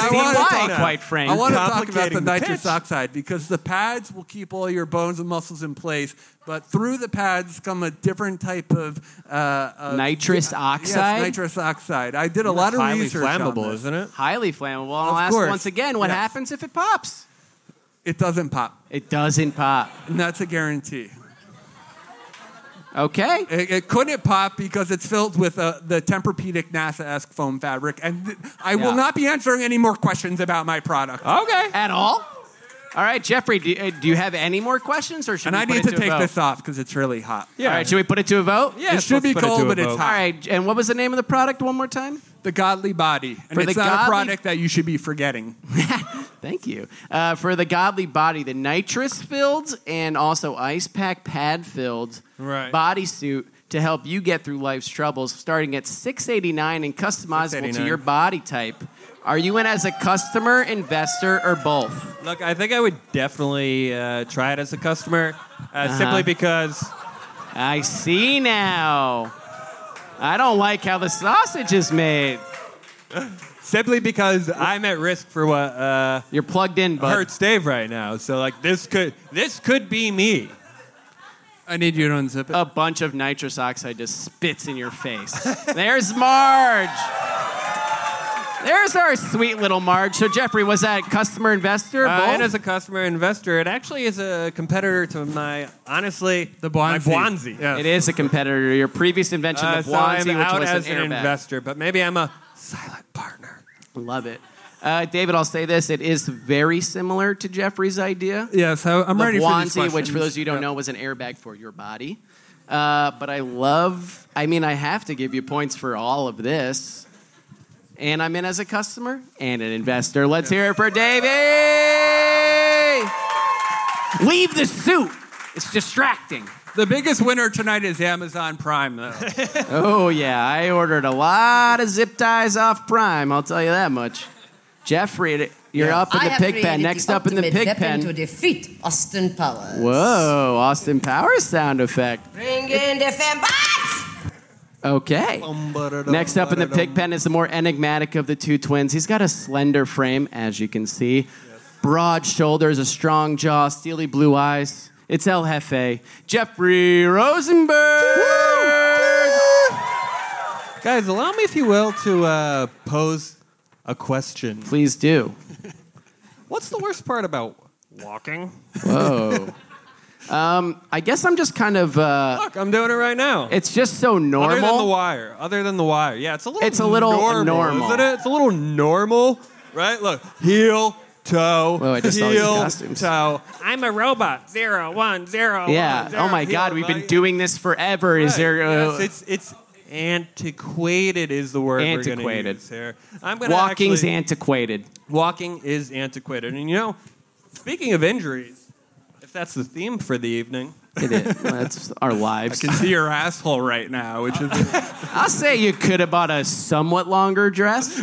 S5: I
S4: see
S5: wanna
S4: why,
S5: talk
S3: quite frankly.
S5: I want to talk about the
S4: Complicating the
S5: nitrous
S4: pitch.
S5: oxide because the pads will keep all your bones and muscles in place, but through the pads come a different type of uh, of-
S3: Nitrous oxide?
S5: Yes, nitrous oxide. I did a lot of
S4: highly
S5: research.
S4: flammable,
S5: on this.
S4: isn't it?
S3: Highly flammable. I'll
S5: Of
S3: ask
S5: course.
S3: once again what
S5: Yes.
S3: happens if it pops?
S5: It doesn't pop,
S3: It doesn't pop.
S5: and that's a guarantee.
S3: Okay.
S5: It, it couldn't pop because it's filled with uh, the Tempur-Pedic NASA-esque foam fabric, and th- I
S3: Yeah.
S5: will not be answering any more questions about my product.
S4: Oh,
S3: Okay. At all? All right, Jeffrey, do, uh, do you have any more questions or should
S5: and
S3: we
S5: I
S3: put
S5: need to
S3: it a
S5: take
S3: vote?
S5: this off because it's really hot.
S3: All right, should we put it to a vote?
S5: it should be
S4: let's put it
S5: cold,
S4: to a
S5: but it's
S4: vote.
S5: hot.
S3: All right, and what was the name of the product one more time?
S5: The Godly Body. And
S3: For
S5: it's
S3: the
S5: not
S3: godly-
S5: a product that you should be forgetting.
S3: Thank you. Uh, for the godly body, the nitrous filled and also ice pack pad filled
S4: Right.
S3: bodysuit to help you get through life's troubles starting at 689 and customizable to
S4: 689.
S3: your body type. Are you in as a customer, investor, or both?
S4: Look, I think I would definitely uh, try it as a customer, uh,
S5: Uh-huh.
S4: simply because
S3: I see now. I don't like how the sausage is made.
S4: simply because I'm at risk for what uh,
S3: You're plugged in, bud.
S4: hurts Dave right now. So like this could this could be me. Uh,
S5: I need you to unzip it.
S3: A bunch of nitrous oxide just spits in your face. There's Marge. There's our sweet little Marge. So Jeffrey, was that customer investor?
S4: Uh,
S3: both?
S4: and as a customer investor, it actually is a competitor to my honestly
S5: The
S4: my
S5: Bonzi.
S4: Bonzi.
S5: Yeah.
S3: it is a competitor. Your previous invention, the
S4: Uh, so I'm
S3: Blondie, which
S4: out
S3: was
S4: as
S3: an
S4: an
S3: airbag.
S4: investor, but maybe I'm a silent partner.
S3: Love it. Uh, David, I'll say this: it is very similar to Jeffrey's idea.
S5: yes, I, I'm
S3: the
S5: ready for these
S3: Guanzi, which for those of you who don't
S5: questions.
S3: know, was an airbag for your body. Uh, but I love. I mean, I have to give you points for all of this. And I'm in as a customer and an investor. Let's hear it for Davey. Leave the suit. It's distracting.
S5: The biggest winner tonight is Amazon Prime, though.
S3: Oh yeah, I ordered a lot of zip ties off Prime. I'll tell you that much. Jeffrey, you're up in
S8: I
S3: the
S8: have
S3: pig pen.
S8: created
S3: Next up in the
S8: ultimate
S3: pig
S8: weapon
S3: pen.
S8: to defeat Austin Powers.
S3: Whoa, Austin Powers sound effect.
S8: Bring in the fembots!
S3: Okay. Next up in the pig pen is the more enigmatic of the two twins. He's got a slender frame, as you can see, broad shoulders, a strong jaw, steely blue eyes. It's El Jefe, Jeffrey Rosenberg.
S4: Guys, allow me, if you will, to uh, pose a question.
S3: Please do.
S4: What's the worst part about walking?
S3: Whoa. um, I guess I'm just kind of. Uh,
S4: Look, I'm doing it right now.
S3: it's just so normal.
S4: Other than the wire. Other than the wire. Yeah, it's a little
S3: It's a little
S4: normal,
S3: normal.
S4: Isn't it? It's a little normal, right? Look, heel, toe,
S3: Whoa, I just saw these
S4: heel,
S3: costumes.
S4: toe. I'm a robot. Zero, one, zero.
S3: yeah.
S4: one, zero,
S3: Oh my
S4: heel,
S3: God, we've been
S4: right?
S3: doing this forever. Is
S4: Right.
S3: there? Uh,
S4: Yes, it's it's antiquated is the word we're going to
S3: Antiquated.
S4: use here. I'm gonna
S3: walking's
S4: actually-
S3: antiquated.
S4: walking is antiquated, and you know, speaking of injuries, if that's the theme for the evening,
S3: It is. That's our lives.
S5: I can see your asshole right now, which is
S3: I'll say you could have bought a somewhat longer dress.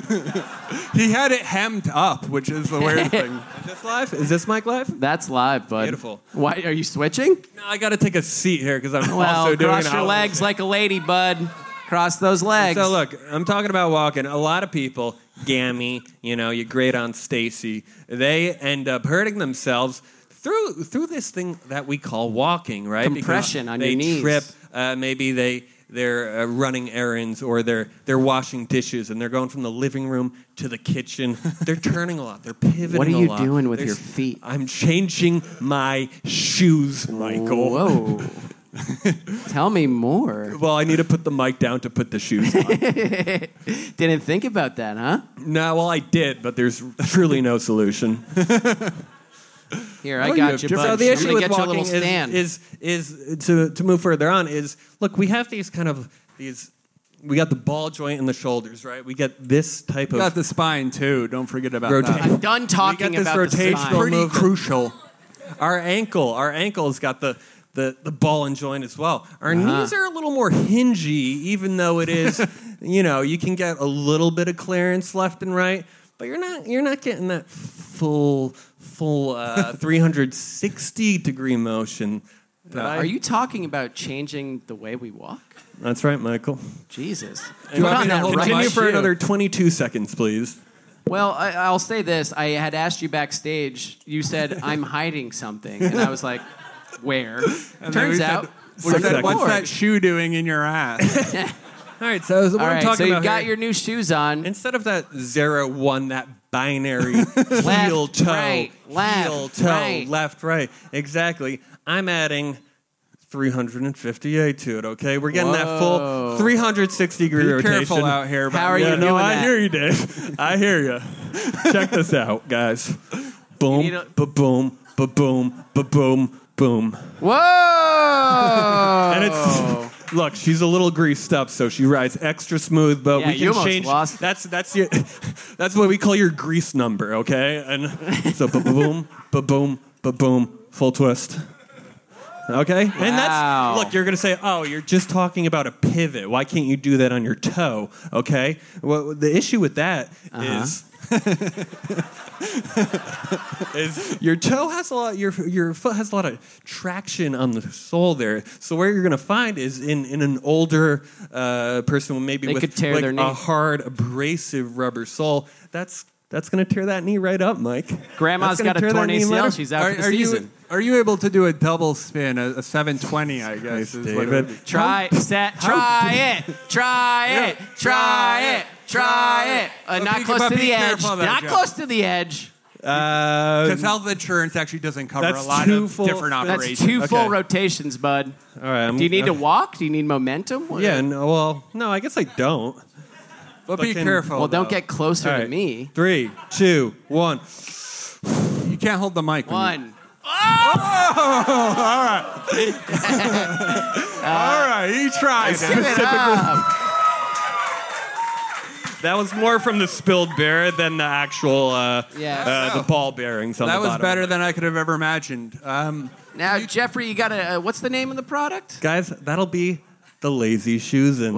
S5: he had it hemmed up, which is the weird thing.
S4: is this live? Is this mic live?
S3: That's live, bud.
S4: Beautiful.
S3: Why are you switching?
S4: No, I got to take a seat here because I'm
S3: Well,
S4: also doing
S3: cross
S4: an
S3: your
S4: outline.
S3: legs like a lady, bud. Cross those legs.
S4: So look, I'm talking about walking. A lot of people, Gammy, you know, your great aunt Stacy, they end up hurting themselves through through this thing that we call walking, right? Because
S3: Compression on
S4: they
S3: your knees.
S4: Trip. Uh, maybe they they're uh, running errands or they're they're washing dishes and they're going from the living room to the kitchen. They're turning a lot. They're pivoting.
S3: What are
S4: a
S3: you
S4: lot.
S3: doing with your
S4: s-
S3: feet?
S4: I'm changing my shoes, Michael.
S3: Whoa. Tell me more.
S4: Well, I need to put the mic down to put the shoes on.
S3: Didn't think about that, huh?
S4: No, well, I did, but there's truly no solution.
S3: Here,
S4: Oh,
S3: I got you, bud.
S4: So the
S3: I'm
S4: issue
S3: gonna
S4: with
S3: get you a
S4: walking
S3: little stand.
S4: is, is is to to move further on is look, we have these kind of these these. We got the ball joint in the shoulders, right? We get this type
S5: You
S4: of
S5: got the spine too. Don't forget about
S4: Rotate.
S5: that.
S3: I'm done talking
S4: we get this
S3: about the
S4: rotational
S3: spine.
S4: pretty crucial. Our ankle, our ankle's got the the, the ball and joint as well. Our knees are a little more hingy, even though it is, you know, you can get a little bit of clearance left and right, but you're not you're not getting that full full uh, 360 degree motion. that I-
S3: Are you talking about changing the way we walk?
S4: That's right, Michael.
S3: Jesus.
S5: you want me to hold my
S4: Continue for
S5: shoe?
S4: another 22 seconds, please.
S3: Well, I, I'll say this. I had asked you backstage. You said, I'm hiding something. And I was like, where?
S5: And then we
S3: Turns
S5: said-
S3: out,
S5: we
S3: we're
S5: said,
S3: the
S5: what's
S3: board.
S5: that shoe doing in your ass?
S4: All right, so what
S3: All
S4: I'm
S3: right,
S4: talking
S3: so you've
S4: about
S3: got
S4: here-
S3: your new shoes on.
S4: instead of that zero one, that binary heel
S3: Left,
S4: toe,
S3: right, left,
S4: heel toe,
S3: right.
S4: left, right. Exactly. I'm adding 358 to it. Okay, we're getting that full 360 degree
S5: Be
S4: rotation.
S5: careful out here.
S3: How are
S5: about-
S3: you
S4: Yeah, no,
S3: doing
S4: I
S3: that?
S4: hear you, Dave. I hear you. Check this out, guys.
S3: need
S4: Boom,
S3: a-
S4: ba boom, ba boom, ba boom, boom.
S3: Whoa!
S4: And
S3: Oh.
S4: it's look, she's a little greased up, so she rides extra smooth. But
S3: Yeah,
S4: we
S3: you
S4: can
S3: almost
S4: change.
S3: lost it.
S4: That's that's your, that's what we call your grease number, okay? And so ba boom, ba boom, ba boom, full twist. Okay, and
S3: Wow.
S4: that's look. You're gonna say, "Oh, you're just talking about a pivot. Why can't you do that on your toe?" Okay. Well, the issue with that is
S3: Uh-huh.
S4: is your toe has a lot your your foot has a lot of traction on the sole there. So where you're gonna find is in in an older uh, person maybe
S3: They
S4: with
S3: could tear
S4: like
S3: their knee.
S4: a hard abrasive rubber sole. That's that's gonna tear that knee right up, Mike.
S3: Grandma's
S4: That's gonna
S3: got a
S4: tear that
S3: torn
S4: knee
S3: ACL.
S4: later.
S3: She's out
S5: Are,
S3: for the
S5: are you
S3: season.
S5: are you able to do a double spin, a, a 720? I guess. is what it would be.
S4: David.
S3: Try set. Try it. Try it. Try it. Try it. Uh,
S5: But
S3: not
S5: be-
S3: close
S5: but
S3: to
S5: be
S3: the edge.
S5: careful though,
S3: Not
S5: Joe.
S3: close to the edge.
S4: Uh,
S5: Because health insurance actually doesn't cover a
S4: That's
S5: lot
S4: two
S5: of
S4: full-
S5: different
S4: that's
S5: operations.
S3: That's two full
S4: Okay.
S3: rotations, bud.
S4: all right. I'm-
S3: Do you need to
S4: okay.
S3: walk? Do you need momentum? What-
S4: Yeah. No, well, no. I guess I don't.
S5: but be
S4: fucking-
S5: careful.
S3: Well, don't
S5: though.
S3: get closer
S4: All
S3: to
S4: right.
S3: me.
S4: Three, two, one.
S5: You can't hold the mic. when you-
S3: One.
S4: Oh,
S5: All right, he tried.
S3: Give it up.
S4: That was more from the spilled beer than the actual uh,
S3: Yeah.
S4: uh, the ball bearings. On
S5: That
S4: the
S5: was
S4: bottom.
S5: better than I could have ever imagined. Um,
S3: Now, Jeffrey, you got a. Uh, what's the name of the product?
S4: guys. That'll be the lazy shoes and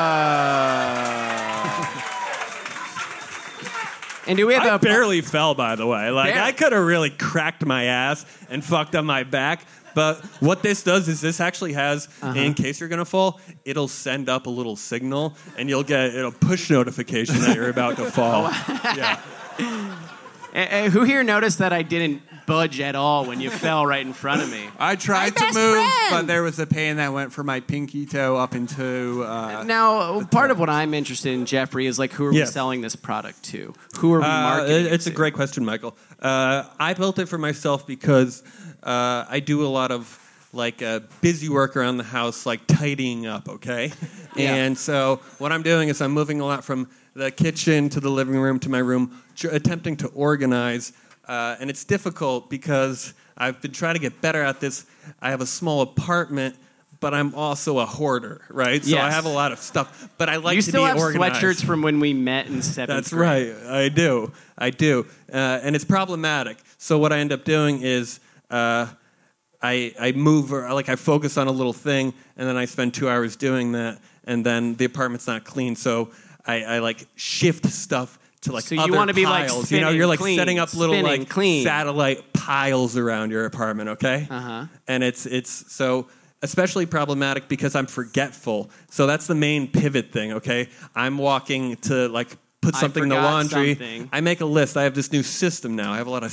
S3: Whoa. and do we have
S4: I
S3: a
S4: barely fell, by the way. Like
S3: Barely.
S4: I could have really cracked my ass and fucked up my back. But what this does is this actually has,
S3: Uh-huh.
S4: in case you're gonna fall, it'll send up a little signal, and you'll get it'll push notification that you're about to fall. yeah.
S3: Uh, uh, who here noticed that I didn't budge at all when you fell right in front of me?
S5: I tried to move,
S3: best friend.
S5: but there was a pain that went from my pinky toe up into. Uh,
S3: Now, part of what I'm interested in, Jeffrey, is like who are
S4: Yes.
S3: we selling this product to? Who are we
S4: Uh,
S3: marketing?
S4: it- it's a
S3: to?
S4: great question, Michael. Uh, I built it for myself because uh, I do a lot of like uh, busy work around the house, like tidying up. Okay,
S3: Yeah.
S4: and so what I'm doing is I'm moving a lot from the kitchen to the living room to my room, tr- attempting to organize. Uh, and it's difficult because I've been trying to get better at this. I have a small apartment, but I'm also a hoarder, right? So I
S3: Yes.
S4: have a lot of stuff, but I like
S3: you
S4: to
S3: still
S4: be
S3: have
S4: organized.
S3: sweatshirts from when we met in seventh
S4: That's
S3: grade.
S4: right. I do. I do. Uh, and it's problematic. So what I end up doing is uh, I I move or like I focus on a little thing, and then I spend two hours doing that, and then the apartment's not clean. So I, I like shift stuff. To like
S3: So you
S4: other
S3: wanna be, like,
S4: piles, you know,
S3: spinning
S4: you're like
S3: clean,
S4: setting up little
S3: spinning
S4: like
S3: clean.
S4: satellite piles around your apartment, okay?
S3: Uh-huh.
S4: And it's it's so especially problematic because I'm forgetful. So that's the main pivot thing, okay? I'm walking to like put
S3: I
S4: something in the
S3: forgot
S4: laundry.
S3: something.
S4: I make a list. I have this new system now. I have a lot of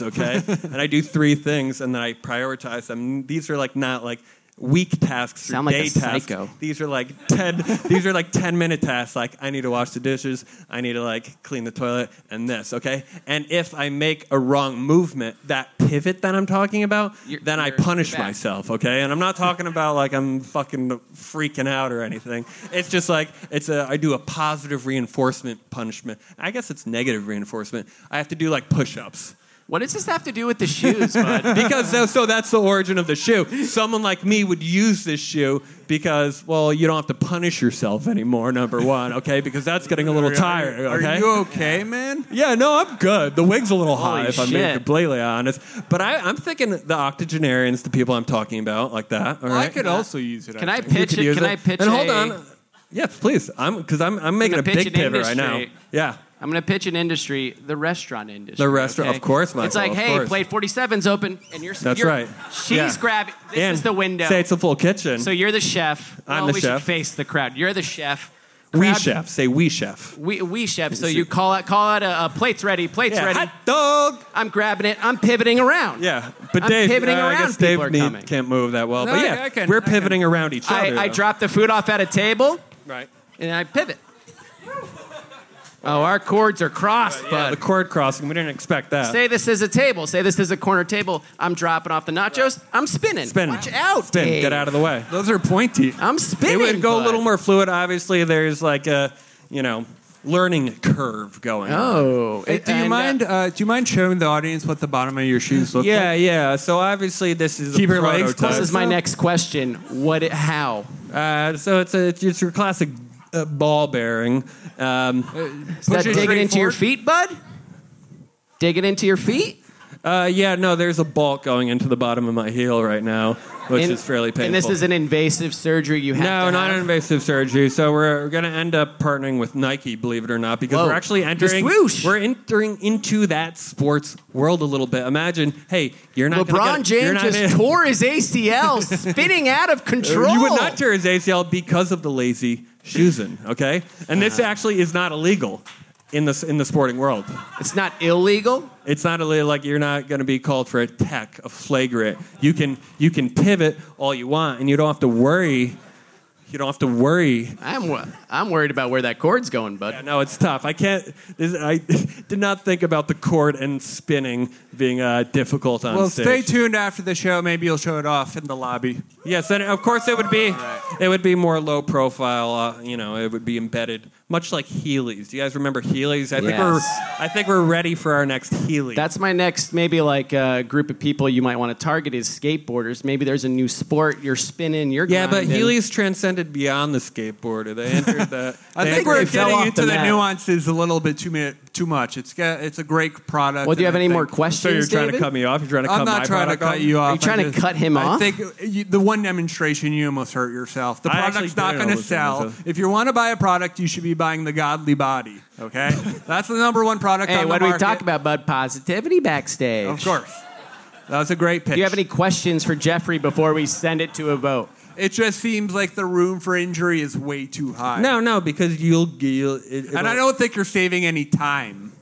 S4: okay? and I do three things and then I prioritize them. These are like not like week tasks or
S3: Sound like
S4: day
S3: a
S4: tasks.
S3: psycho.
S4: These are like 10 these are like 10 minute tasks like I need to wash the dishes, I need to like clean the toilet and this, okay? And if I make a wrong movement, that pivot that I'm talking about,
S3: You're-
S4: then I
S3: you're
S4: punish
S3: back.
S4: myself, okay? And I'm not talking about like I'm fucking freaking out or anything. It's just like it's a I do a positive reinforcement punishment. I guess it's negative reinforcement. I have to do like push-ups.
S3: What does this have to do with the shoes, bud?
S4: because tha- so that's the origin of the shoe. Someone like me would use this shoe because well, you don't have to punish yourself anymore. Number one, okay, because that's getting a little tired. Okay,
S5: Are you okay, man?
S4: yeah, no, I'm good. The wig's a little high,
S3: Holy
S4: if I'm being
S3: shit.
S4: completely honest. But I, I'm thinking the octogenarians, the people I'm talking about, like that. All
S5: I
S4: right,
S5: could also use it.
S3: Can I
S5: think.
S4: You
S3: pitch
S4: could
S3: it?
S4: use
S3: Can I pitch
S4: And hold
S3: a-
S4: on. Yes, please. I'm because I'm, I'm making a
S3: pitch
S4: big
S3: an
S4: pivot right now.
S3: industry.
S4: Yeah.
S3: I'm going to pitch an industry, the restaurant industry.
S4: The restaurant-
S3: okay?
S4: of course, Michael,
S3: It's like,
S4: of
S3: hey,
S4: course.
S3: plate 47's open, and you're.
S4: That's
S3: you're-
S4: right.
S3: She's
S4: Yeah.
S3: grabbing. This
S4: and
S3: is the window.
S4: Say it's a full kitchen.
S3: so you're the chef.
S4: I'm
S3: well,
S4: the
S3: we
S4: chef.
S3: should face the crowd. You're the chef.
S4: we
S3: Crowd-
S4: chef. Say we chef.
S3: We, we chef. So
S4: It's-
S3: you call out, call out a, a plate's ready, plate's
S4: Yeah,
S3: ready.
S4: hot dog.
S3: I'm grabbing it. I'm pivoting around.
S4: Yeah, but
S3: I'm
S4: Dave,
S3: pivoting
S4: uh, I
S3: around,
S4: guess Dave
S3: people are
S4: need-
S3: coming.
S4: can't move that well.
S5: No,
S4: but
S5: I-
S4: yeah,
S5: I can-
S4: we're
S5: I can.
S4: pivoting around each other.
S3: I, I
S4: though.
S3: drop the food off at a table
S4: right.
S3: and I pivot. Oh, our cords are crossed,
S4: Yeah,
S3: bud.
S4: the cord crossing. We didn't expect that.
S3: Say this is a table. Say this is a corner table. I'm dropping off the nachos. I'm spinning.
S4: Spin.
S3: Watch out,
S4: Spin.
S3: Dave.
S4: Get out of the way.
S5: Those are pointy.
S3: I'm spinning.
S4: it would go a
S3: bud.
S4: little more fluid. Obviously, there's like a you know learning curve going. on.
S3: Oh,
S5: Hey, do you
S3: and, uh,
S5: mind? Uh, do you mind showing the audience what the bottom of your shoes look
S4: Yeah,
S5: like?
S4: yeah. So obviously, this is
S5: Keep
S4: a
S5: your legs
S4: prototype.
S3: This is my next question. What? It, how?
S4: Uh, so it's a, it's it's your classic uh, ball bearing. Um,
S3: Is that
S5: it
S3: digging
S5: straight
S3: into your
S5: forward.
S3: feet, bud? Digging into your feet?
S4: uh, yeah, no, there's a bolt going into the bottom of my heel right now, which
S3: And-
S4: is fairly painful.
S3: And this is an invasive surgery you have
S4: no,
S3: to
S4: not
S3: have?
S4: invasive surgery. So we're, we're going to end up partnering with Nike, believe it or not, because
S3: Whoa.
S4: we're actually
S3: The
S4: entering
S3: swoosh.
S4: we're entering into that sports world a little bit. Imagine, hey, you're not gonna
S3: LeBron
S4: get,
S3: James
S4: you're not
S3: just
S4: gonna-
S3: tore his ACL, spinning out of control.
S4: You would not tear his ACL because of the lazy shoesing, okay? And
S3: Uh.
S4: this actually is not illegal in the in the sporting world.
S3: It's not illegal.
S4: It's not illegal. Like you're not going to be called for a tech, a flagrant. You can you can pivot all you want, and you don't have to worry. You don't have to worry
S3: I'm wo- I'm worried about where that cord's going, bud.
S4: Yeah, no, it's tough. I can't. This, I did not think about the cord and spinning being uh, difficult on
S5: Well, stay
S4: stage.
S5: tuned after the show. Maybe you'll show it off in the lobby.
S4: Yes, and of course it would be. It would be more low profile. Uh, you know, it would be embedded, much like Heelys. Do you guys remember Heelys? I think we're.
S3: Yes.
S4: I think we're ready for our next Heely.
S3: That's my next maybe like uh, group of people you might want to target is skateboarders. Maybe there's a new sport you're spinning. You're
S4: yeah, but
S3: grinding.
S4: Heelys transcended beyond the skateboarder. They entered the.
S5: I
S4: they
S5: think
S4: entered
S5: we're
S4: the-
S3: fell
S5: getting
S3: off
S5: into
S3: the
S5: the,
S3: map.
S5: nuances a little bit too mi- too much. It's got, it's a great product.
S3: Well, do you
S5: and
S3: have
S5: I
S3: any more
S5: think-
S3: questions?
S4: So you're trying
S3: David?
S4: to cut me off. You're trying to
S5: I'm
S4: cut
S5: not
S4: my
S5: trying to
S4: product
S5: cut
S4: off?
S5: you off.
S3: you trying
S5: I
S3: to cut him
S5: I
S3: off?
S5: think you, the one demonstration you almost hurt yourself. The
S4: I actually
S5: product's not
S4: did
S5: going to
S4: almost hurt
S5: sell.
S4: myself.
S5: If you want to buy a product, you should be buying the godly body. Okay, that's the number one product.
S3: Hey,
S5: on
S3: what
S5: the
S3: do we
S5: market.
S3: talk about, bud? Positivity backstage.
S5: Of course, that was a great pitch.
S3: Do you have any questions for Jeffrey before we send it to a vote?
S5: It just seems like the room for injury is way too high.
S4: No, no, because you'll. you'll it,
S5: and I
S4: it'll-
S5: don't think you're saving any time,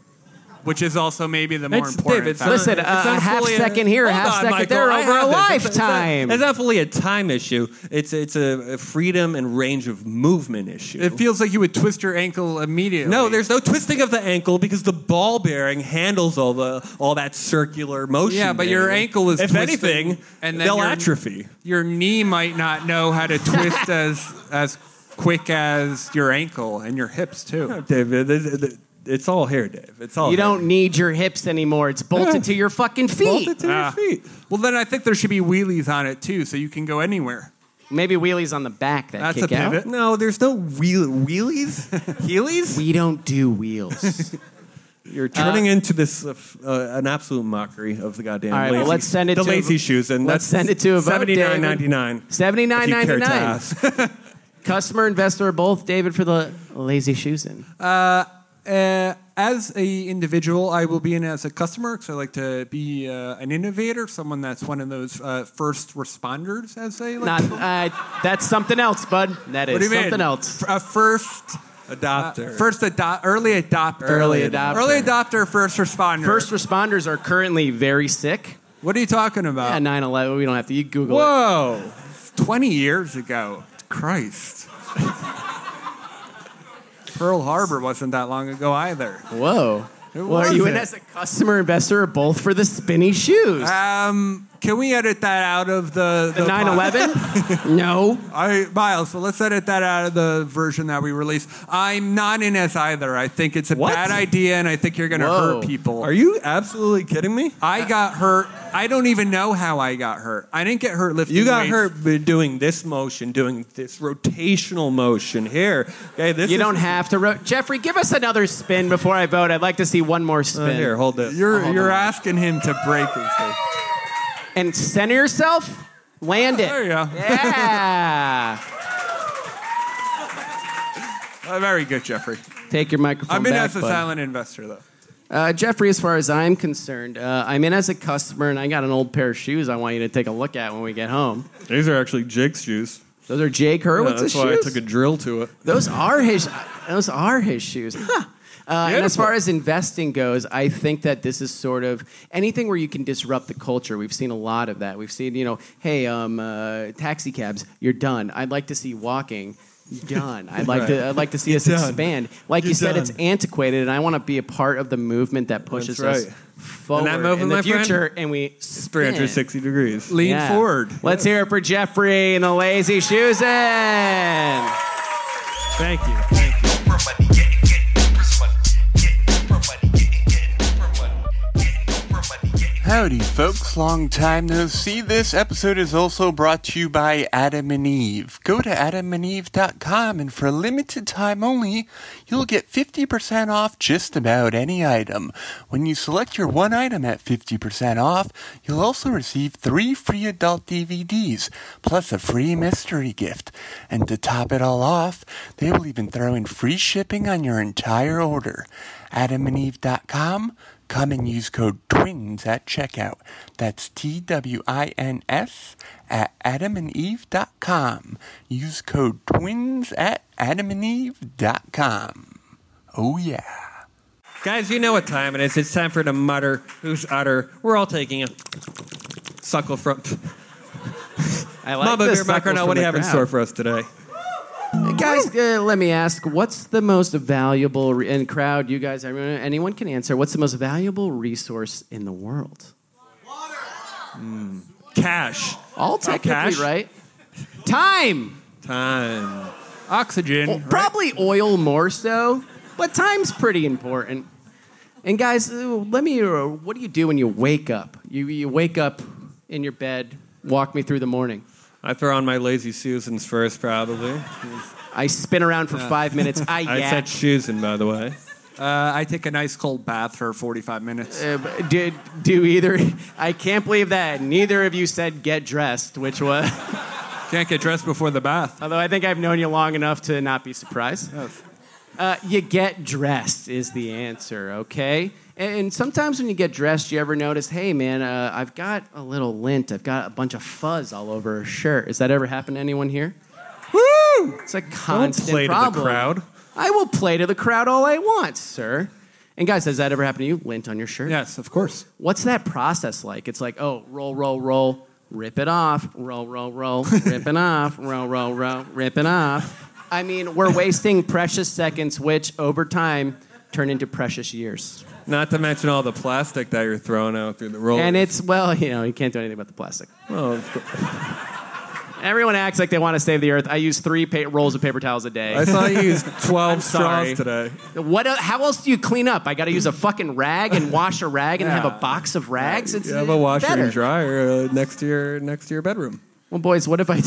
S5: which is also maybe the more
S4: It's-
S5: important.
S4: Dave, it's
S5: factor.
S4: not-
S3: Listen,
S4: it's
S3: uh,
S4: not
S3: a half
S4: fully
S3: second here, a
S4: Hold
S3: half
S4: on,
S3: second there,
S4: I
S3: over
S4: have
S3: a
S4: this. It's- it's not-
S3: lifetime.
S4: It's not fully a time issue. It's it's a freedom and range of movement issue.
S5: it feels like you would twist your ankle immediately.
S4: no, there's no twisting of the ankle because the ball bearing handles all the all that circular motion.
S5: Yeah, but
S4: there.
S5: your ankle is
S4: if
S5: twisting,
S4: anything,
S5: and then
S4: they'll
S5: your-
S4: atrophy.
S5: your knee might not know how to twist as as quick as your ankle and your hips too.
S4: David, this- this- it's all here, Dave. It's all
S3: You
S4: here.
S3: don't need your hips anymore. It's bolted to your fucking
S4: bolt
S3: feet.
S4: it to your
S5: Ah.
S4: feet.
S5: Well, then I think there should be wheelies on it too, so you can go anywhere.
S3: Maybe wheelies on the back that
S5: That's
S3: kick
S5: a
S3: out.
S5: pivot.
S4: No, there's no wheel, wheelies, heelys.
S3: We don't do wheels.
S4: You're turning into this uh, f- uh, an absolute mockery of the goddamn.
S3: All right, well,
S4: lazy-
S3: let's send it
S4: the
S3: to a-
S4: lazy shoes, and
S3: let's
S4: that's
S3: send it to a vote,
S4: seventy nine
S3: David.
S4: ninety nine.
S3: Seventy nine
S4: If
S3: ninety
S4: you care to
S3: nine.
S4: ask.
S3: Customer, investor, both. David for the lazy shoes in.
S5: Uh, as a individual, I will be in as a customer because I like to be uh, an innovator, someone that's one of those uh, first responders, as they like.
S3: Not,
S5: to call them.
S3: uh, that's something else, bud. That is
S5: What do you mean?
S3: something else. Uh,
S5: F- A first
S4: Adopter.
S5: First ado- early adopter.
S3: Early adopter.
S5: Early adopter, first responder.
S3: First responders are currently very sick.
S5: What are you talking about?
S3: At 9 11, we don't have to. You Google it.
S5: Whoa. 20 years ago. Christ. Pearl Harbor wasn't that long ago either.
S3: Whoa.
S5: Who
S3: Well, are
S5: was
S3: you in
S5: it?
S3: as a customer, investor, or both for the spinny shoes?
S5: Um, Can we edit that out of the
S3: The 9 11? No.
S5: I Miles, so let's edit that out of the version that we released. I'm not in as either. I think it's a
S4: What?
S5: bad idea, and I think you're going to
S3: Whoa.
S5: hurt people.
S4: Are you absolutely kidding me?
S5: I got hurt. I don't even know how I got hurt. I didn't get hurt lifting.
S4: You got
S5: weights.
S4: hurt by doing this motion, doing this rotational motion here. Okay, this
S3: You
S4: is,
S3: don't have to. Ro- Jeffrey, give us another spin before I vote. I'd like to see one more
S5: Oh,
S4: Uh,
S3: spin.
S4: here, hold this.
S5: You're
S3: Hold
S5: you're
S3: on.
S5: asking him to break his thing.
S3: And center yourself. Land it.
S5: There you go.
S3: Yeah.
S5: Uh, very good, Jeffrey.
S3: Take your microphone.
S5: I'm in
S3: back,
S5: as a
S3: bud.
S5: silent investor though.
S3: Uh, Jeffrey, as far as I'm concerned, uh, I'm in as a customer, and I got an old pair of shoes I want you to take a look at when we get home.
S4: These are actually Jake's shoes.
S3: Those are Jake Hurwitz's
S4: that's
S3: shoes.
S4: why I took a drill to it.
S3: Those are his. Those are his shoes. Huh. Uh, and as
S4: Beautiful.
S3: far as investing goes, I think that this is sort of anything where you can disrupt the culture. We've seen a lot of that. We've seen, you know, hey, um, uh, taxi cabs, you're done. I'd like to see walking. Done. I'd like to. I'd like to see us
S4: done.
S3: expand. Like you
S4: You're
S3: said,
S4: done.
S3: it's antiquated, and I want to be a part of the movement that pushes
S4: That's
S3: us
S4: right.
S3: forward
S4: movement,
S3: in the
S4: my friend?
S3: future. And we spin.
S4: 360 degrees.
S5: Lean
S3: Yeah.
S5: forward.
S3: Let's hear it for Jeffrey and the Lazy Shoes. In.
S4: Thank you. Thank you.
S1: Howdy, folks. Long time no see. This episode is also brought to you by Adam and Eve. Go to adamandeve.com and for a limited time only, you'll get 50% off just about any item. When you select your one item at 50% off, you'll also receive three free adult DVDs, plus a free mystery gift. And to top it all off, they will even throw in free shipping on your entire order. adamandeve.com Come and use code TWINS at checkout. That's T W I N S at adamandeve.com. Use code TWINS at adamandeve.com. Oh, yeah.
S4: Guys, you know what time it is. It's time for the mutter who's utter. We're all taking a suckle from
S3: I like
S4: Mama
S3: this
S4: Beer Macarena.
S3: knuckles
S4: What
S3: from
S4: do you have
S3: the
S4: in
S3: crowd.
S4: store for us today?
S3: Guys, uh, let me ask: What's the most valuable re- and crowd? You guys, everyone, anyone can answer. What's the most valuable resource in the world?
S4: Cash.
S3: All technically
S4: cash?
S3: right. Time,
S4: Time. Oh,
S5: Oxygen.
S3: Well, probably oil more so, but time's pretty important. And guys, uh, let me. Uh, what do you do when you wake up? You you wake up in your bed. Walk me through the morning.
S4: I throw on my lazy Susans first, probably.
S5: Ah,
S3: I spin around for five minutes. I,
S4: I
S3: yak.
S4: said Susan, by the way.
S5: Uh, I take a nice cold bath for 45 minutes.
S3: Uh, but do, do either? I can't believe that neither of you said get dressed, which was.
S5: Can't get dressed before the bath.
S3: Although I think I've known you long enough to not be surprised.
S4: Oh.
S3: Uh, you get dressed is the answer, okay? And, and sometimes when you get dressed, you ever notice, hey man, uh, I've got a little lint, I've got a bunch of fuzz all over a shirt. Has that ever happened to anyone here? Woo! It's a constant
S4: play to the
S3: problem.
S4: crowd.
S3: I will play to the crowd all I want, sir. And guys, has that ever happened to you? Lint on your shirt?
S5: Yes, of course.
S3: what's that process like? It's like, oh, roll, roll, roll, rip it off, roll, roll, roll, rip it off, roll, roll, roll, rip it off. I mean, we're wasting precious seconds, which over time turn into precious years.
S4: Not to mention all the plastic that you're throwing out through the roller.
S3: And it's, well, you know, you can't do anything about the plastic.
S4: Oh, of course.
S3: Everyone acts like they want to save the earth. I use three pa- rolls of paper towels a day.
S4: I saw you use 12
S3: sorry.
S4: straws today.
S3: What? el- How else do you clean up? I got to use a fucking rag and wash a rag and have a box of rags. It's
S4: You have a washer
S3: better.
S4: and dryer uh, next to your next to your bedroom.
S3: Well, boys, what if I?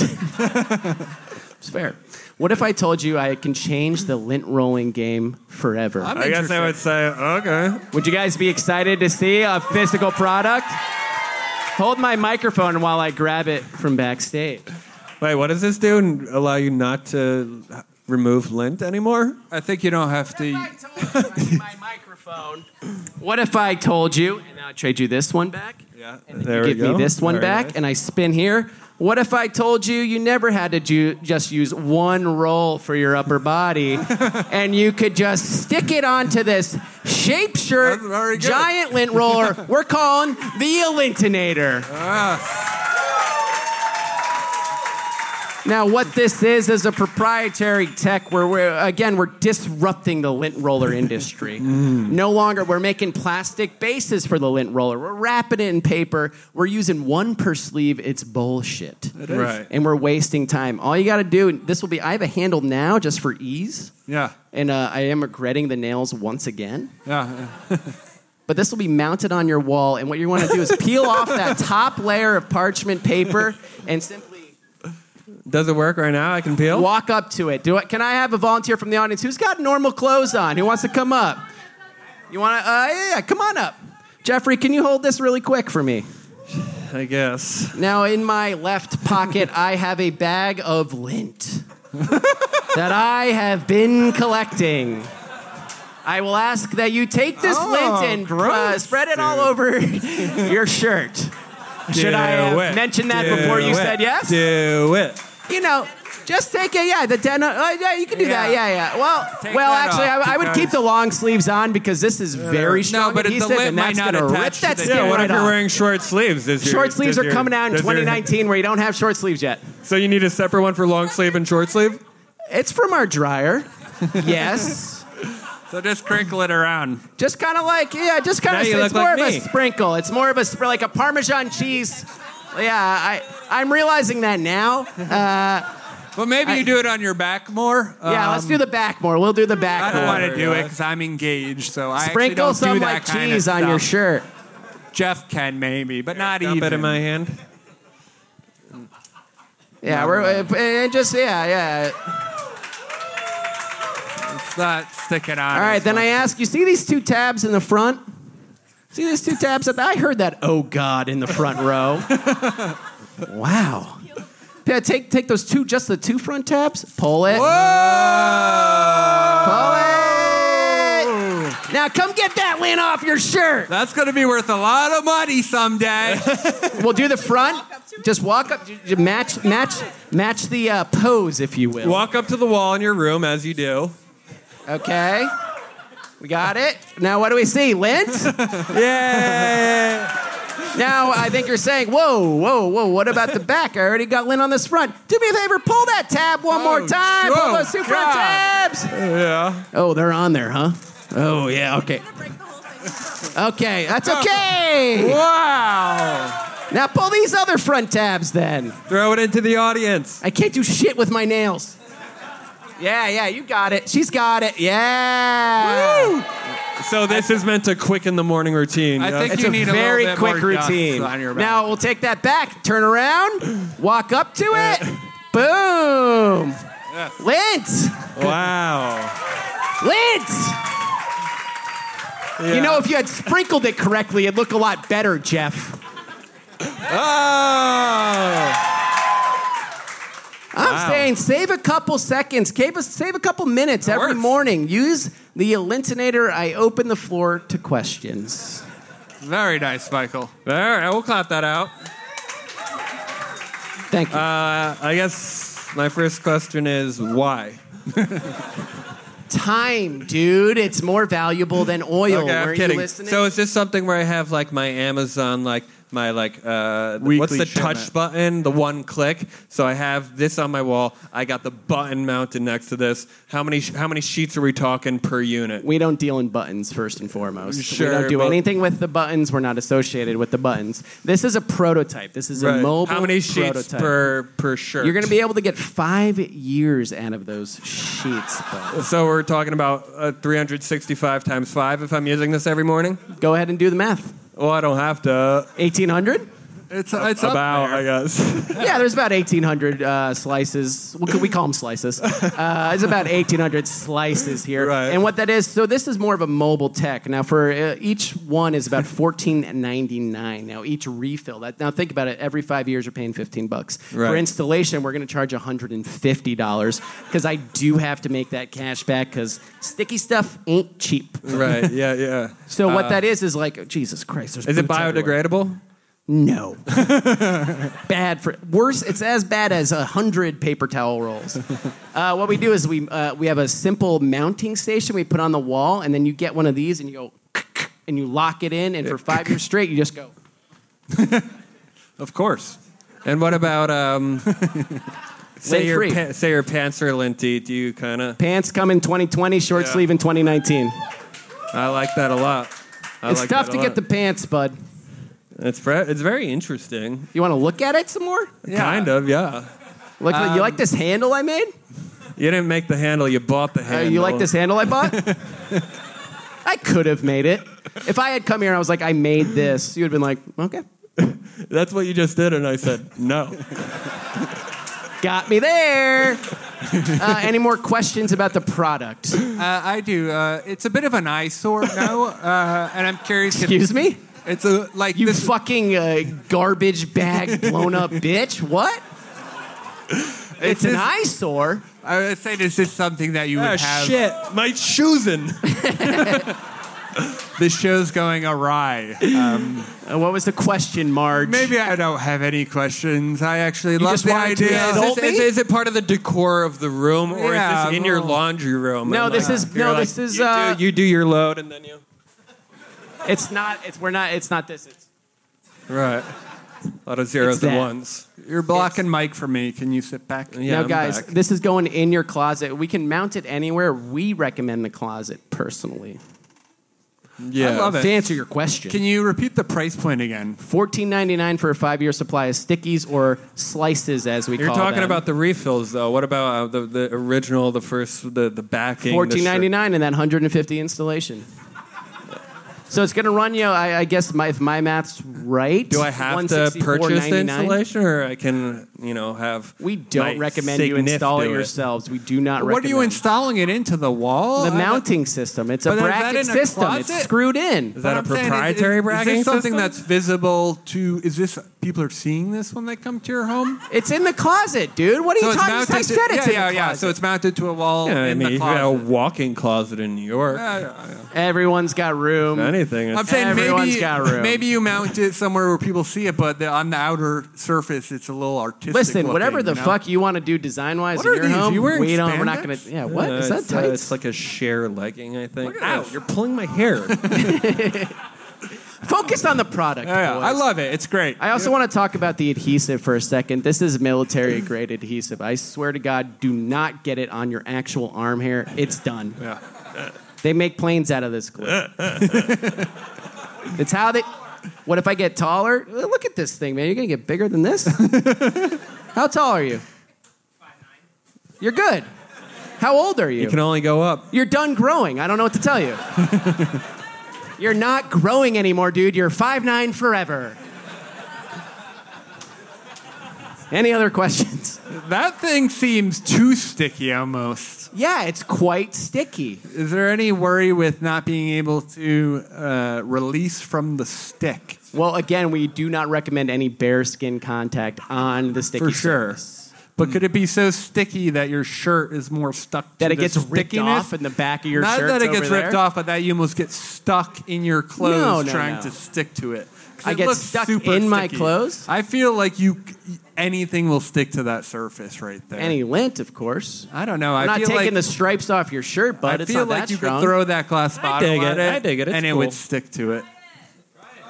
S3: it's fair. What if I told you I can change the lint rolling game forever?
S4: I guess I would say, okay.
S3: Would you guys be excited to see a physical product? Hold my microphone while I grab it from backstage.
S4: Wait, what does this do? And allow you not to remove lint anymore?
S5: I think you don't have to.
S3: my microphone. What if I told you, and now I trade you this one back?
S4: Yeah.
S3: And
S4: There
S3: you
S4: we
S3: give
S4: go.
S3: me this one
S4: Very
S3: back,
S4: nice.
S3: and I spin here. What if I told you you never had to do, just use one roll for your upper body, and you could just stick it onto this shape shirt,
S5: That's very good.
S3: giant lint roller? We're calling the Elintinator. Now, what this is is a proprietary tech where we're again we're disrupting the lint roller industry. No longer we're making plastic bases for the lint roller. We're wrapping it in paper. We're using one per sleeve. It's bullshit.
S4: Right.
S3: And we're wasting time. All you got to do. and This will be. I have a handle now just for ease.
S5: Yeah.
S3: And uh, I am regretting the nails once again.
S5: Yeah.
S3: But this will be mounted on your wall, and what you want to do is peel off that top layer of parchment paper and simply
S4: Does it work right now? I can peel.
S3: walk up to it. Do I, can I have a volunteer from the audience who's got normal clothes on? Who wants to come up? You want to? Uh, yeah, yeah, come on up. Jeffrey, can you hold this really quick for me?
S4: I guess.
S3: Now, in my left pocket, I have a bag of lint that I have been collecting. I will ask that you take this lint and uh, spread it all over your shirt. Should I
S4: Do
S3: have
S4: it.
S3: mentioned that
S4: Do
S3: before you
S4: it.
S3: said yes?
S4: Do it.
S3: you know, just take it. Yeah, the denim. Oh, yeah, you can do that. Yeah, yeah. Well,
S4: Take
S3: well,
S4: that
S3: actually,
S4: off,
S3: I, I would keep
S4: because-
S3: the long sleeves on because this is very strong.
S4: No, but if the
S3: adhesive,
S4: lint
S3: and
S4: might
S3: that's
S4: not
S3: gonna rip
S4: attach. to
S3: that
S4: the-
S3: skin
S4: yeah, what
S3: right
S4: if you're
S3: off.
S4: wearing short sleeves? Does your-
S3: Short sleeves
S4: does
S3: are
S4: your-
S3: coming out in
S4: does your-
S3: 2019 where you don't have short sleeves yet.
S4: So you need a separate one for long sleeve and short sleeve.
S3: It's from our dryer. yes.
S4: So just crinkle it around.
S3: Just kind of like, yeah, just kind
S4: Now
S3: of,
S4: you
S3: it's
S4: look
S3: more
S4: like
S3: of
S4: me.
S3: a sprinkle. It's more of a, spr- like a Parmesan cheese. Yeah, I, I'm realizing that now. Uh,
S4: But maybe you do it on your back more.
S3: Yeah, let's do the back more. We'll do the back
S4: Um, I don't
S3: more.
S4: want to do it because I'm engaged, so I actually
S3: Sprinkle
S4: don't
S3: some
S4: do that
S3: like
S4: kind
S3: cheese
S4: of
S3: on your
S4: stuff.
S3: shirt.
S4: Jeff can maybe, but not
S5: dump
S4: even.
S5: it in my
S4: hand.
S3: Yeah, we're uh, and just yeah, yeah.
S4: It's not sticking on.
S3: All right,
S4: as
S3: then
S4: much.
S3: I ask you, see these two tabs in the front? See these two tabs? At the, I heard that. Oh God, in the front row. wow. Yeah, take take those two, just the two front tabs. Pull it. Pull it. Now come get that lint off your shirt.
S4: Oh! That's going to be worth a lot of money someday.
S3: We'll do the front. Just walk up, j- j- match match match the uh, pose, if you will.
S4: Walk up to the wall in your room as you do.
S3: Okay. We got it. Now what do we see? Lint.
S4: Yeah.
S3: Now I think you're saying, whoa, whoa, whoa, what about the back? I already got lint on this front. Do me a favor, pull that tab one more time. Pull
S4: sure.
S3: those two front
S4: Yeah.
S3: tabs.
S4: yeah.
S3: Oh, they're on there, huh? Oh, yeah, okay. Okay, that's okay.
S4: Wow.
S3: Now pull these other front tabs then.
S4: Throw it into the audience.
S3: I can't do shit with my nails. Yeah, yeah, you got it. She's got it. Yeah.
S4: So this is meant to quicken the morning routine.
S5: I
S4: yeah?
S5: think
S3: It's
S5: you
S3: a
S5: need a
S3: very
S5: little bit
S3: quick
S5: more dust
S3: routine.
S5: on your back.
S3: Now we'll take that back, turn around, walk up to
S5: Uh,
S3: it, boom. Lint,
S4: wow.
S3: lint. You know, if you had sprinkled it correctly, it'd look a lot better, Jeff.
S4: Oh.
S3: I'm saying save a couple seconds, save a, save a couple minutes every
S4: works.
S3: morning. Use the lintinator. I open the floor to questions.
S4: Very nice, Michael. All right, we'll clap that out.
S3: Thank you.
S4: Uh, I guess my first question is why?
S3: Time, dude. It's more valuable than oil.
S4: Okay,
S3: Were
S4: I'm
S3: you
S4: kidding.
S3: listening?
S4: So is this something where I have like my Amazon, like my like uh,
S5: Weekly
S4: what's the
S5: shipment.
S4: touch button, the one click? So I have this on my wall. I got the button mounted next to this. How many how many sheets are we talking per unit?
S3: We don't deal in buttons first and foremost.
S4: Sure,
S3: we don't do
S4: but-
S3: anything with the buttons. We're not associated with the buttons. This is a prototype. This is a mobile
S4: how many sheets
S3: prototype.
S4: per per shirt?
S3: You're going to be able to get five years out of those sheets. But
S4: So we're talking about uh, 365 times five. If I'm using this every morning,
S3: go ahead and do the math.
S4: well, I don't have to.
S3: Eighteen hundred?
S4: It's it's about I guess.
S3: Yeah, there's about eighteen hundred uh, slices. What could we call them slices? Uh, it's about eighteen hundred slices here.
S4: Right.
S3: And what that is, so this is more of a mobile tech. Now, for uh, each one is about fourteen ninety nine. Now each refill. That now think about it. Every five years, you're paying fifteen bucks for
S4: Right.
S3: installation. We're going to charge hundred and fifty dollars because I do have to make that cash back because sticky stuff ain't cheap.
S4: right. Yeah. Yeah.
S3: So what that is is like Jesus Christ. There's
S4: Is it
S3: boots everywhere.
S4: biodegradable?
S3: No. bad for worse. It's as bad as a hundred paper towel rolls. Uh, what we do is we uh, we have a simple mounting station we put on the wall, and then you get one of these and you go and you lock it in, and for five years straight you just go.
S4: Of course. And what about um, Say
S3: Lint
S4: your,
S3: free.
S4: pa- say your pants are linty. Do you kind of?
S3: Pants come in 2020, short
S4: Yeah.
S3: sleeve in 2019.
S4: I like that a lot. I
S3: it's
S4: like
S3: tough
S4: that a
S3: to
S4: lot.
S3: get the pants, bud.
S4: It's fre- it's very interesting.
S3: You want to look at it some more?
S4: Kind of, yeah.
S3: Look, you
S4: Um,
S3: like this handle I made?
S4: You didn't make the handle. You bought the
S3: Uh,
S4: handle.
S3: you like this handle I bought? I could have made it. If I had come here and I was like, I made this, you would have been like, okay,
S4: That's what you just did, and I said no.
S3: got me there. Uh, any more questions about the product?
S5: Uh, I do. Uh, it's a bit of an eyesore now, uh, and I'm curious. If
S3: Excuse me?
S5: It's a like
S3: You
S5: this.
S3: fucking uh, garbage bag blown up bitch. What? It's an
S5: this-
S3: eyesore.
S5: I would say this is something that you would
S4: Ah,
S5: have.
S4: shit, my shoes in.
S5: The show's going awry.
S3: Uh, what was the question, Marge?
S5: Maybe I don't have any questions. I actually love
S3: just
S5: the
S3: wanted to
S5: idea.
S3: insult
S4: Is, is, is it part of the decor of the room, or
S5: Yeah,
S4: is this in
S5: no.
S4: your laundry room?
S3: No,
S4: And,
S3: this
S4: like,
S3: is-
S4: you're
S3: no,
S4: like,
S3: this is,
S4: You,
S3: uh,
S4: do, you do your load, and then you.
S3: It's not. It's we're not. It's not this. It's
S4: Right. A lot of zeros
S3: It's
S4: and
S3: that.
S4: ones.
S5: You're blocking Mike for me. Can you sit back?
S4: Yeah,
S3: now,
S4: I'm
S3: guys,
S4: back.
S3: this is going in your closet. We can mount it anywhere. We recommend the closet personally.
S4: yeah.
S5: I love it.
S3: To answer your question,
S5: Can you repeat the price point again?
S3: fourteen ninety nine for a five year supply of stickies or slices, as we
S4: You're
S3: call
S4: talking
S3: them.
S4: about the refills, though. What about uh, the, the original, the first, the, the backing? the
S3: fourteen ninety
S4: shirt?
S3: nine and that hundred and fifty installation. So it's going to run you. I, I guess my, if my math's right.
S4: Do I have to purchase the
S3: 164.99.
S4: installation, or I can, you know, have?
S3: We don't
S4: my
S3: recommend you
S4: signif
S3: install it
S4: do
S3: yourselves. We do not.
S5: What are you
S3: recommend.
S5: installing it into the wall?
S3: The
S5: I-
S3: mounting system. It's a
S5: But is that
S3: bracket
S5: in a
S3: system. It's
S5: closet?
S3: screwed in.
S4: Is
S5: What
S4: that a
S5: I'm saying is-
S4: proprietary
S5: is,
S4: bracket?
S5: Is this something that's visible to? Is this people are seeing this when they come to your home?
S3: It's in the closet, dude. What are you talking about? I said
S5: yeah,
S3: it's in
S5: yeah,
S3: the
S5: yeah.
S3: closet.
S5: So it's mounted to a wall
S4: Yeah, I
S5: in
S4: mean,
S5: the
S4: you got a
S5: closet.
S4: walk-in closet in New York.
S5: Yeah, yeah, yeah.
S3: Everyone's got room.
S4: Anything.
S5: I'm saying
S3: Everyone's
S5: maybe
S3: got room.
S5: maybe you mount it somewhere where people see it, but the, on the outer surface, it's a little artistic.
S3: Listen,
S5: looking,
S3: whatever the
S5: you know?
S3: fuck you want to do design wise
S5: What
S3: in
S5: are
S3: your
S5: these?
S3: home,
S5: You wearing
S3: we don't. We're not
S5: spandex?
S3: going to. Yeah, what
S4: Uh,
S3: is that
S4: it's, uh,
S3: tight?
S4: it's like a sheer legging, I think.
S5: Look at
S4: Ow,
S5: this.
S4: you're pulling my hair.
S3: Focus on the product.
S5: Yeah, yeah.
S3: boys.
S5: I love it. It's great.
S3: I also want to talk about the adhesive for a second. This is military grade adhesive. I swear to God, do not get it on your actual arm hair. It's done.
S5: Yeah.
S3: They make planes out of this glue. it's how they. What if I get taller? Look at this thing, man. You're gonna get bigger than this. how tall are you? You're good. How old are you?
S4: you can only go up.
S3: You're done growing. I don't know what to tell you. You're not growing anymore, dude. You're five nine forever. Any other questions?
S5: that thing seems too sticky almost.
S3: Yeah, it's quite sticky.
S5: Is there any worry with not being able to uh, release from the stick?
S3: Well, again, we do not recommend any bare skin contact on the sticky
S5: For sure.
S3: surface.
S5: But could it be so sticky that your shirt is more stuck to
S3: That it
S5: the
S3: gets ripped
S5: stickiness?
S3: off in the back of your
S5: Not
S3: shirt.
S5: that it gets ripped off, but that you almost get stuck in your clothes
S3: no,
S5: trying
S3: no.
S5: to stick to it. 'Cause
S3: I
S5: it
S3: get
S5: looks
S3: stuck
S5: super
S3: in my
S5: sticky.
S3: clothes?
S5: I feel like you anything will stick to that surface right there.
S3: Any lint, of course.
S5: I don't know. I
S3: I'm not
S5: feel
S3: taking
S5: like,
S3: the stripes off your shirt, but
S5: I
S3: it's
S5: feel
S3: not
S5: like
S3: that
S5: you
S3: strong.
S5: could throw that glass bottle
S4: dig
S5: at
S4: it.
S5: it.
S4: I dig it. It's
S5: and it
S4: cool.
S5: would stick to it.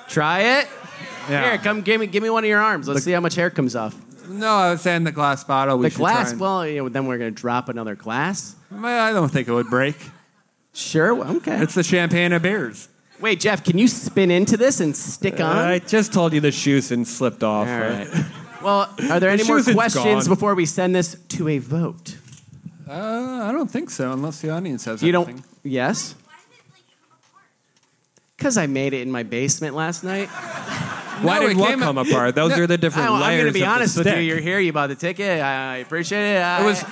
S3: Try it.
S5: Yeah.
S3: Here, come give me give me one of your arms. Let's see how much hair comes off.
S5: No, I was saying the glass bottle. We
S3: The
S5: should
S3: glass.
S5: Try and-
S3: Well, you know, then we're gonna drop another glass.
S5: Well, I don't think it would break.
S3: Sure. well, Okay.
S5: It's the champagne of beers.
S3: Wait, Jeff, can you spin into this and stick on?
S4: I just told you the shoes and slipped
S3: All
S4: off.
S3: right. Well, are there any
S4: The
S3: more
S4: shoes is
S3: questions
S4: gone.
S3: before we send this to a vote?
S5: Uh, I don't think so, unless the audience has.
S3: You don't.
S5: anything.
S3: Yes. Because I made it in my basement last night.
S4: Why
S5: No,
S4: did
S5: it
S4: what
S5: came-
S4: come apart? Those
S5: No,
S4: are the different
S3: I, am
S4: layers.
S3: gonna be
S4: of the
S3: honest with you.
S4: stick.
S3: You're here. You bought the ticket. I, I appreciate it. I,
S5: It was.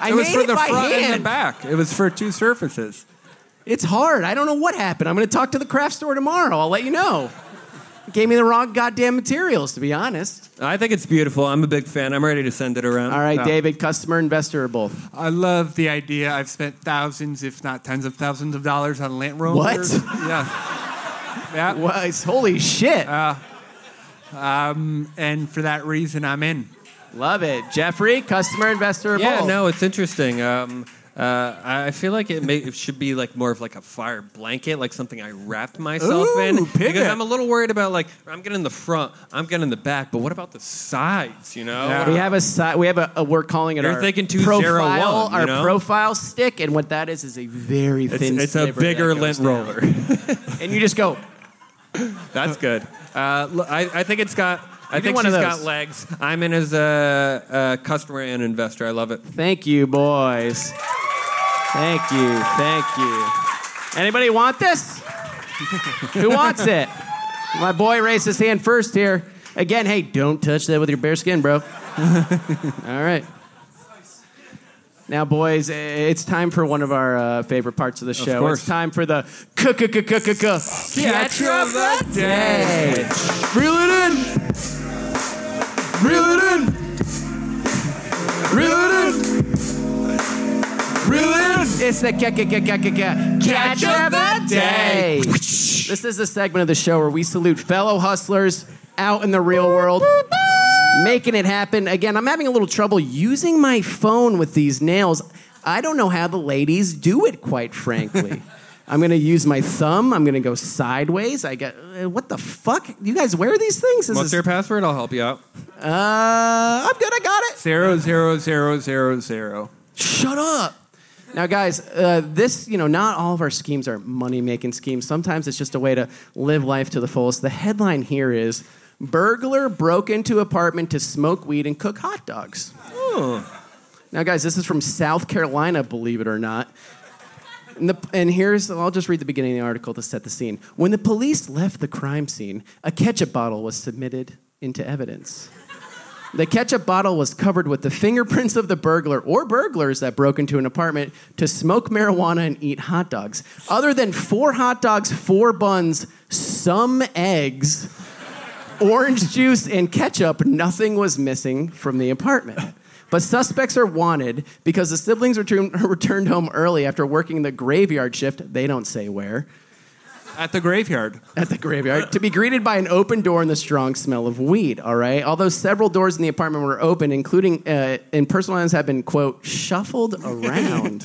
S3: I
S5: it was
S3: made
S5: for
S3: it
S5: the
S3: by
S5: front
S3: hand.
S5: and the back. It was for two surfaces.
S3: It's hard. I don't know what happened. I'm going to talk to the craft store tomorrow. I'll let you know. Gave me the wrong goddamn materials, to be honest.
S4: I think it's beautiful. I'm a big fan. I'm ready to send it around.
S3: All right,
S5: Yeah.
S3: David, customer, investor, or both?
S5: I love the idea. I've spent thousands, if not tens of thousands of dollars on lint rollers.
S3: What?
S5: Yeah. Yeah.
S3: Was, holy shit.
S4: Uh,
S5: And for that reason, I'm in.
S3: Love it. Jeffrey, customer, investor, or
S4: Yeah,
S3: both?
S4: no, it's interesting. Um, Uh, I feel like it, may, it should be like more of like a fire blanket, like something I wrapped myself
S5: Ooh,
S4: in.
S5: pivot.
S4: Because I'm a little worried about like I'm getting the front, I'm getting the back, but what about the sides? You know,
S3: We have a si- we have a, a we're calling it
S4: You're
S3: our
S4: thinking
S3: profile
S4: 201, you
S3: our
S4: know?
S3: profile stick, and what that is is a very
S4: it's,
S3: thin.
S4: it's a
S3: sliver that
S4: bigger
S3: goes
S4: lint
S3: down.
S4: roller.
S3: and you just go.
S4: That's good. Uh, l- I, I think it's got. I
S3: You do
S4: think
S3: one
S4: she's
S3: of
S4: got
S3: those.
S4: legs. I'm in as a, a customer and investor. I love it.
S3: Thank you, boys. Thank you, thank you. Anybody want this? Who wants it? My boy raised his hand first here. Again, hey, don't touch that with your bare skin, bro. All right. Now, boys, i- it's time for one of our uh, favorite parts of the show.
S4: course.
S3: It's time for the c c c c c catch of the day.
S5: Reel it in. Reel it in. Reel it in. Reel it in.
S3: It's the ca- ca- ca- ca- ca- ca- catch of the day. This is the segment of the show where we salute fellow hustlers out in the real world, making it happen. Again, I'm having a little trouble using my phone with these nails. I don't know how the ladies do it, quite frankly. I'm gonna use my thumb. I'm gonna go sideways. I got uh, what the fuck? You guys wear these things? This
S4: What's
S3: is-
S4: your password? I'll help you out.
S3: uh, I'm good. I got it.
S4: Zero zero zero zero zero.
S3: Shut up. Now, guys, uh, this, you know, not all of our schemes are money making schemes. Sometimes it's just a way to live life to the fullest. The headline here is Burglar broke into apartment to smoke weed and cook hot dogs. Now, guys, this is from South Carolina, believe it or not. And, the, and here's, I'll just read the beginning of the article to set the scene. When the police left the crime scene, a ketchup bottle was submitted into evidence. The ketchup bottle was covered with the fingerprints of the burglar or burglars that broke into an apartment to smoke marijuana and eat hot dogs. Other than four hot dogs, four buns, some eggs, orange juice, and ketchup, nothing was missing from the apartment. But suspects are wanted because the siblings returned, returned home early after working the graveyard shift, they don't say where,
S4: At the graveyard.
S3: at the graveyard to be greeted by an open door and the strong smell of weed. All right. Although several doors in the apartment were open, including uh, and personal items have been quote shuffled around.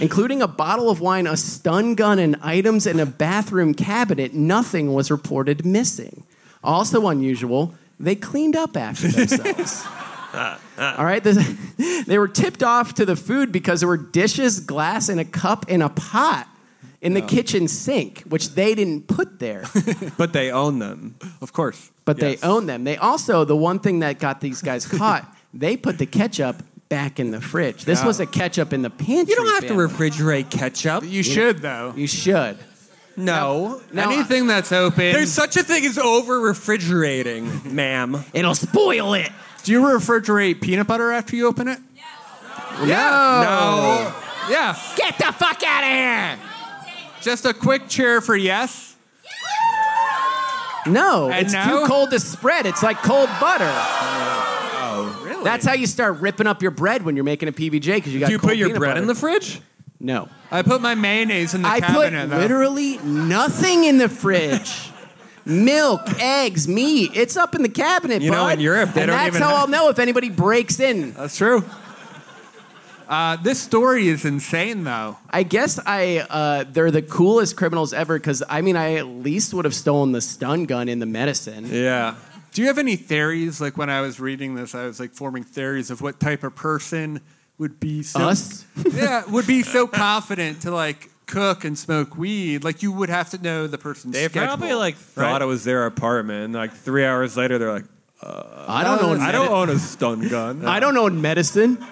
S3: Including a bottle of wine, a stun gun, and items in a bathroom cabinet, nothing was reported missing. Also unusual, they cleaned up after themselves. All right, this- they were tipped off to the food because there were dishes, glass, and a cup and a pot in the kitchen sink, which they didn't put there,
S4: But they own them. Of course.
S3: but
S4: Yes.
S3: they own them. They also the one thing that got these guys caught. they put the ketchup back in the fridge. This was a ketchup in the pantry.
S4: You don't have to
S3: family.
S4: refrigerate ketchup.
S5: You should though.
S3: you should.
S4: No.
S3: Now-
S5: Anything that's open.
S4: There's such a thing as over refrigerating, ma'am.
S3: It'll spoil it.
S5: Do you refrigerate peanut butter after you open it?
S4: No.
S5: Yeah.
S3: Get the fuck out of here.
S5: Just a quick cheer for yes.
S3: No,
S5: And
S3: it's
S5: no?
S3: too cold to spread. It's like cold butter. Oh, really? That's how you start ripping up your bread when you're making a PBJ because you got.
S4: Do you
S3: cold
S4: put your
S3: peanut
S4: bread
S3: butter.
S4: in the fridge?
S3: No,
S5: I put my mayonnaise in the
S3: I put
S5: cabinet though.
S3: literally nothing in the fridge. Milk, eggs, meat. It's up in the cabinet.
S4: You know,
S3: bud.
S4: in Europe, they
S3: and
S4: don't
S3: that's
S4: even
S3: how
S4: have-
S3: I'll know if anybody breaks in.
S5: That's true. Uh, this story is insane though.
S3: I guess I uh, they're the coolest criminals ever because I mean I at least would have stolen the stun gun in the medicine.
S4: Yeah.
S5: Do you have any theories? Like when I was reading this, I was like forming theories of what type of person would be so
S3: Us?
S5: yeah, would be so confident to like cook and smoke weed. Like you would have to know the person's
S4: They
S5: schedule.
S4: probably like
S5: right?
S4: thought it was their apartment. And, like three hours later, they're like,
S3: I don't know.
S4: I don't own a stun gun.
S3: I don't know in medicine.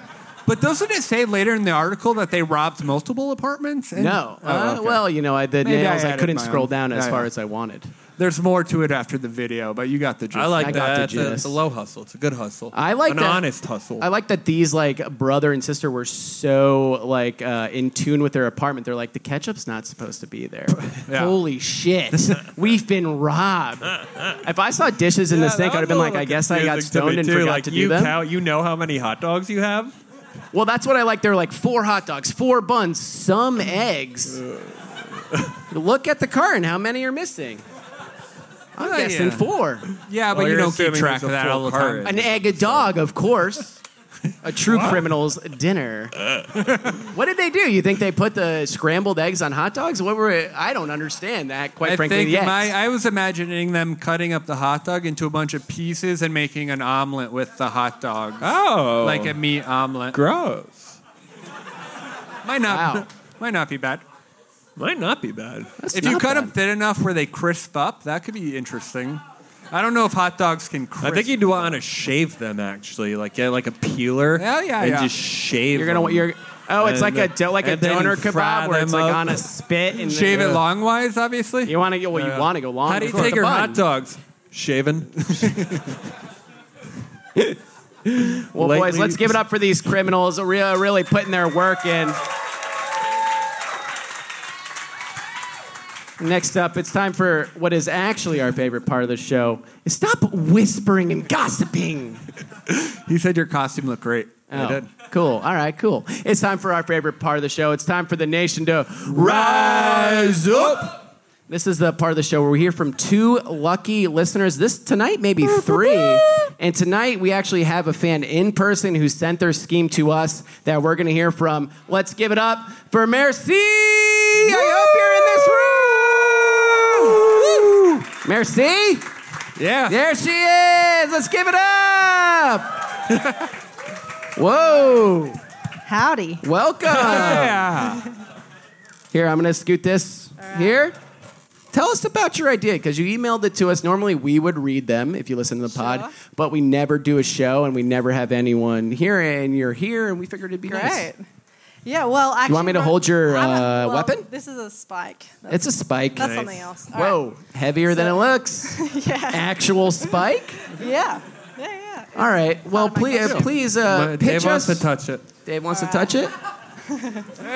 S5: But doesn't it say later in the article that they robbed multiple apartments? And-
S3: No.
S5: Oh,
S3: Uh,
S5: okay.
S3: Well, you know, I, the
S5: Maybe I
S3: nails, I,
S5: added
S3: couldn't
S5: my
S3: scroll
S5: own.
S3: down as
S5: Yeah,
S3: far
S5: yeah.
S3: as I wanted.
S5: there's more to it after the video, but you got the gist.
S4: I like
S3: I got
S4: that.
S3: the
S4: It's a-
S3: gist.
S4: it's a low hustle. It's a good hustle.
S3: I like
S4: an
S3: that-
S4: honest hustle.
S3: I like that these like brother and sister were so like uh, in tune with their apartment. They're like the ketchup's not supposed to be there.
S5: Yeah.
S3: Holy shit, we've been robbed. if I saw dishes in the sink, I'd have been like, I guess I got stoned and forgot to do
S4: you
S3: them.
S4: Count, you know how many hot dogs you have?
S3: well, that's what I like. They're like four hot dogs, four buns, some eggs. Look at the current. How many are missing? I'm
S4: Oh,
S5: Yeah,
S3: guessing
S5: yeah.
S3: four.
S5: yeah, but
S4: Well,
S5: you
S4: you're
S5: don't keep
S4: assuming
S5: track
S4: there's a
S5: of that
S4: full
S5: all the
S4: cart.
S5: time.
S3: An egg a dog, of course. A true criminal's dinner.
S4: Uh.
S3: what did they do? You think they put the scrambled eggs on hot dogs? What were it? I don't understand that, quite
S5: I
S3: frankly.
S5: think
S3: yet.
S5: my, I was imagining them cutting up the hot dog into a bunch of pieces and making an omelet with the hot dog,
S4: Oh,
S5: like a meat omelet.
S4: gross.
S5: Might not,
S3: Wow.
S5: might not be bad.
S4: Might not be bad.
S5: if you cut them thin enough where they crisp up, that could be interesting. I don't know if hot dogs can crisp.
S4: I think you'd want to shave them actually, like get like a peeler,
S5: Yeah, yeah,
S4: and
S5: yeah.
S4: just shave.
S3: you're gonna
S4: them.
S3: want your. Oh, it's like
S4: And
S3: a
S4: then-
S3: do, like a
S4: and then
S3: donor
S4: fry
S3: kebab where it's
S4: them
S3: like
S4: up.
S3: on a spit and
S5: shave
S3: then-
S5: it longwise, obviously.
S3: You want to go? Well,
S4: Uh,
S3: you want to go long.
S4: How do you
S3: with
S4: take
S3: the
S4: your
S3: bun.
S4: hot dogs? Shaven.
S3: Well, boys,
S4: Lightly-
S3: let's give it up for these criminals. Really, really putting their work in. Next up, it's time for what is actually our favorite part of the show. Is stop whispering and gossiping.
S5: He said your costume looked great.
S3: Oh,
S5: I did.
S3: Cool. All right, cool. It's time for our favorite part of the show. It's time for the nation to rise up. This is the part of the show where we hear from two lucky listeners. This tonight, maybe three. And tonight, we actually have a fan in person who sent their scheme to us that we're going to hear from. Let's give it up for Merci. I hope you're in this room. Merci.
S5: Yeah.
S3: There she is. Let's give it up. Whoa.
S9: Howdy.
S3: Welcome. Here, I'm going to scoot this here. Tell us about your idea because you emailed it to us. Normally, we would read them if you listen to the pod, but we never do a show and we never have anyone here. And you're here, and we figured it'd be nice.
S9: Great. Yeah, well, actually.
S3: want me to
S9: we're-
S3: hold your,
S9: I'm a-
S3: uh,
S9: well,
S3: weapon?
S9: This is a spike. That's,
S3: It's a spike.
S9: that's something else. All right.
S3: Whoa, heavier than it looks.
S9: Yeah.
S3: Actual spike.
S9: Yeah. Yeah, yeah.
S3: All right. Well,
S9: Out of my
S3: please, uh,
S9: costume.
S3: please uh,
S5: But
S3: pitch
S5: Dave wants
S3: us.
S5: to touch it.
S3: Dave wants
S9: Uh,
S3: to touch it.
S5: It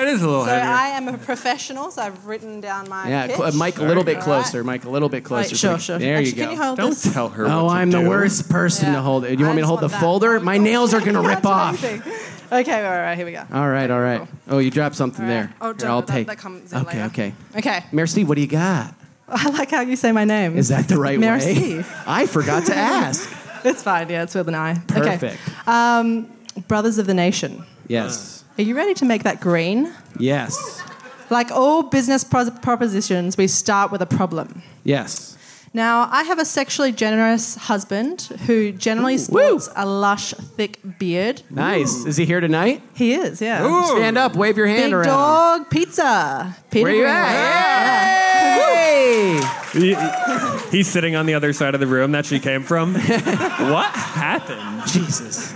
S5: is a little
S9: So
S5: heavier.
S9: I am a professional, so I've written down my.
S3: Yeah,
S9: pitch.
S3: cl- Mike, a little bit
S9: All
S3: closer.
S9: right.
S3: Mike, a little bit
S9: All right,
S3: closer.
S9: sure,
S3: Mike.
S9: sure.
S3: There
S9: Actually,
S3: you go.
S9: Can you hold
S4: Don't
S9: this?
S4: tell her.
S3: oh,
S4: what to
S3: I'm the
S4: do.
S3: worst person
S9: Yeah.
S3: to hold it. Do you
S9: I
S3: want me to
S9: just
S3: hold the
S9: want that.
S3: folder? My nails are going to
S9: I can't
S3: rip
S9: do
S3: off.
S9: anything. Okay, all right, here we go. All
S3: All right, all right. Oh, you dropped something
S9: right.
S3: there.
S9: Oh,
S3: Here,
S9: don't-
S3: I'll
S9: that,
S3: take.
S9: That comes in
S3: okay,
S9: later.
S3: okay.
S9: Okay.
S3: Merci, what do you got?
S9: I like how you say my name.
S3: Is that the right
S9: Merci.
S3: way? I forgot to ask.
S9: It's fine. Yeah, it's with an I.
S3: Perfect.
S9: Okay. Brothers of the Nation.
S3: Yes.
S9: Are you ready to make that green?
S3: Yes.
S9: Like all business pros- propositions, we start with a problem.
S3: Yes.
S9: Now, I have a sexually generous husband who generally sports a lush, thick beard.
S3: Nice. Is he here tonight?
S9: He is, yeah.
S3: Stand up. Wave your hand
S9: Big
S3: around.
S9: dog pizza. Peter
S3: Where you
S9: Greenway.
S3: at? Hey!
S4: He's sitting on the other side of the room that she came from. what happened?
S3: Jesus.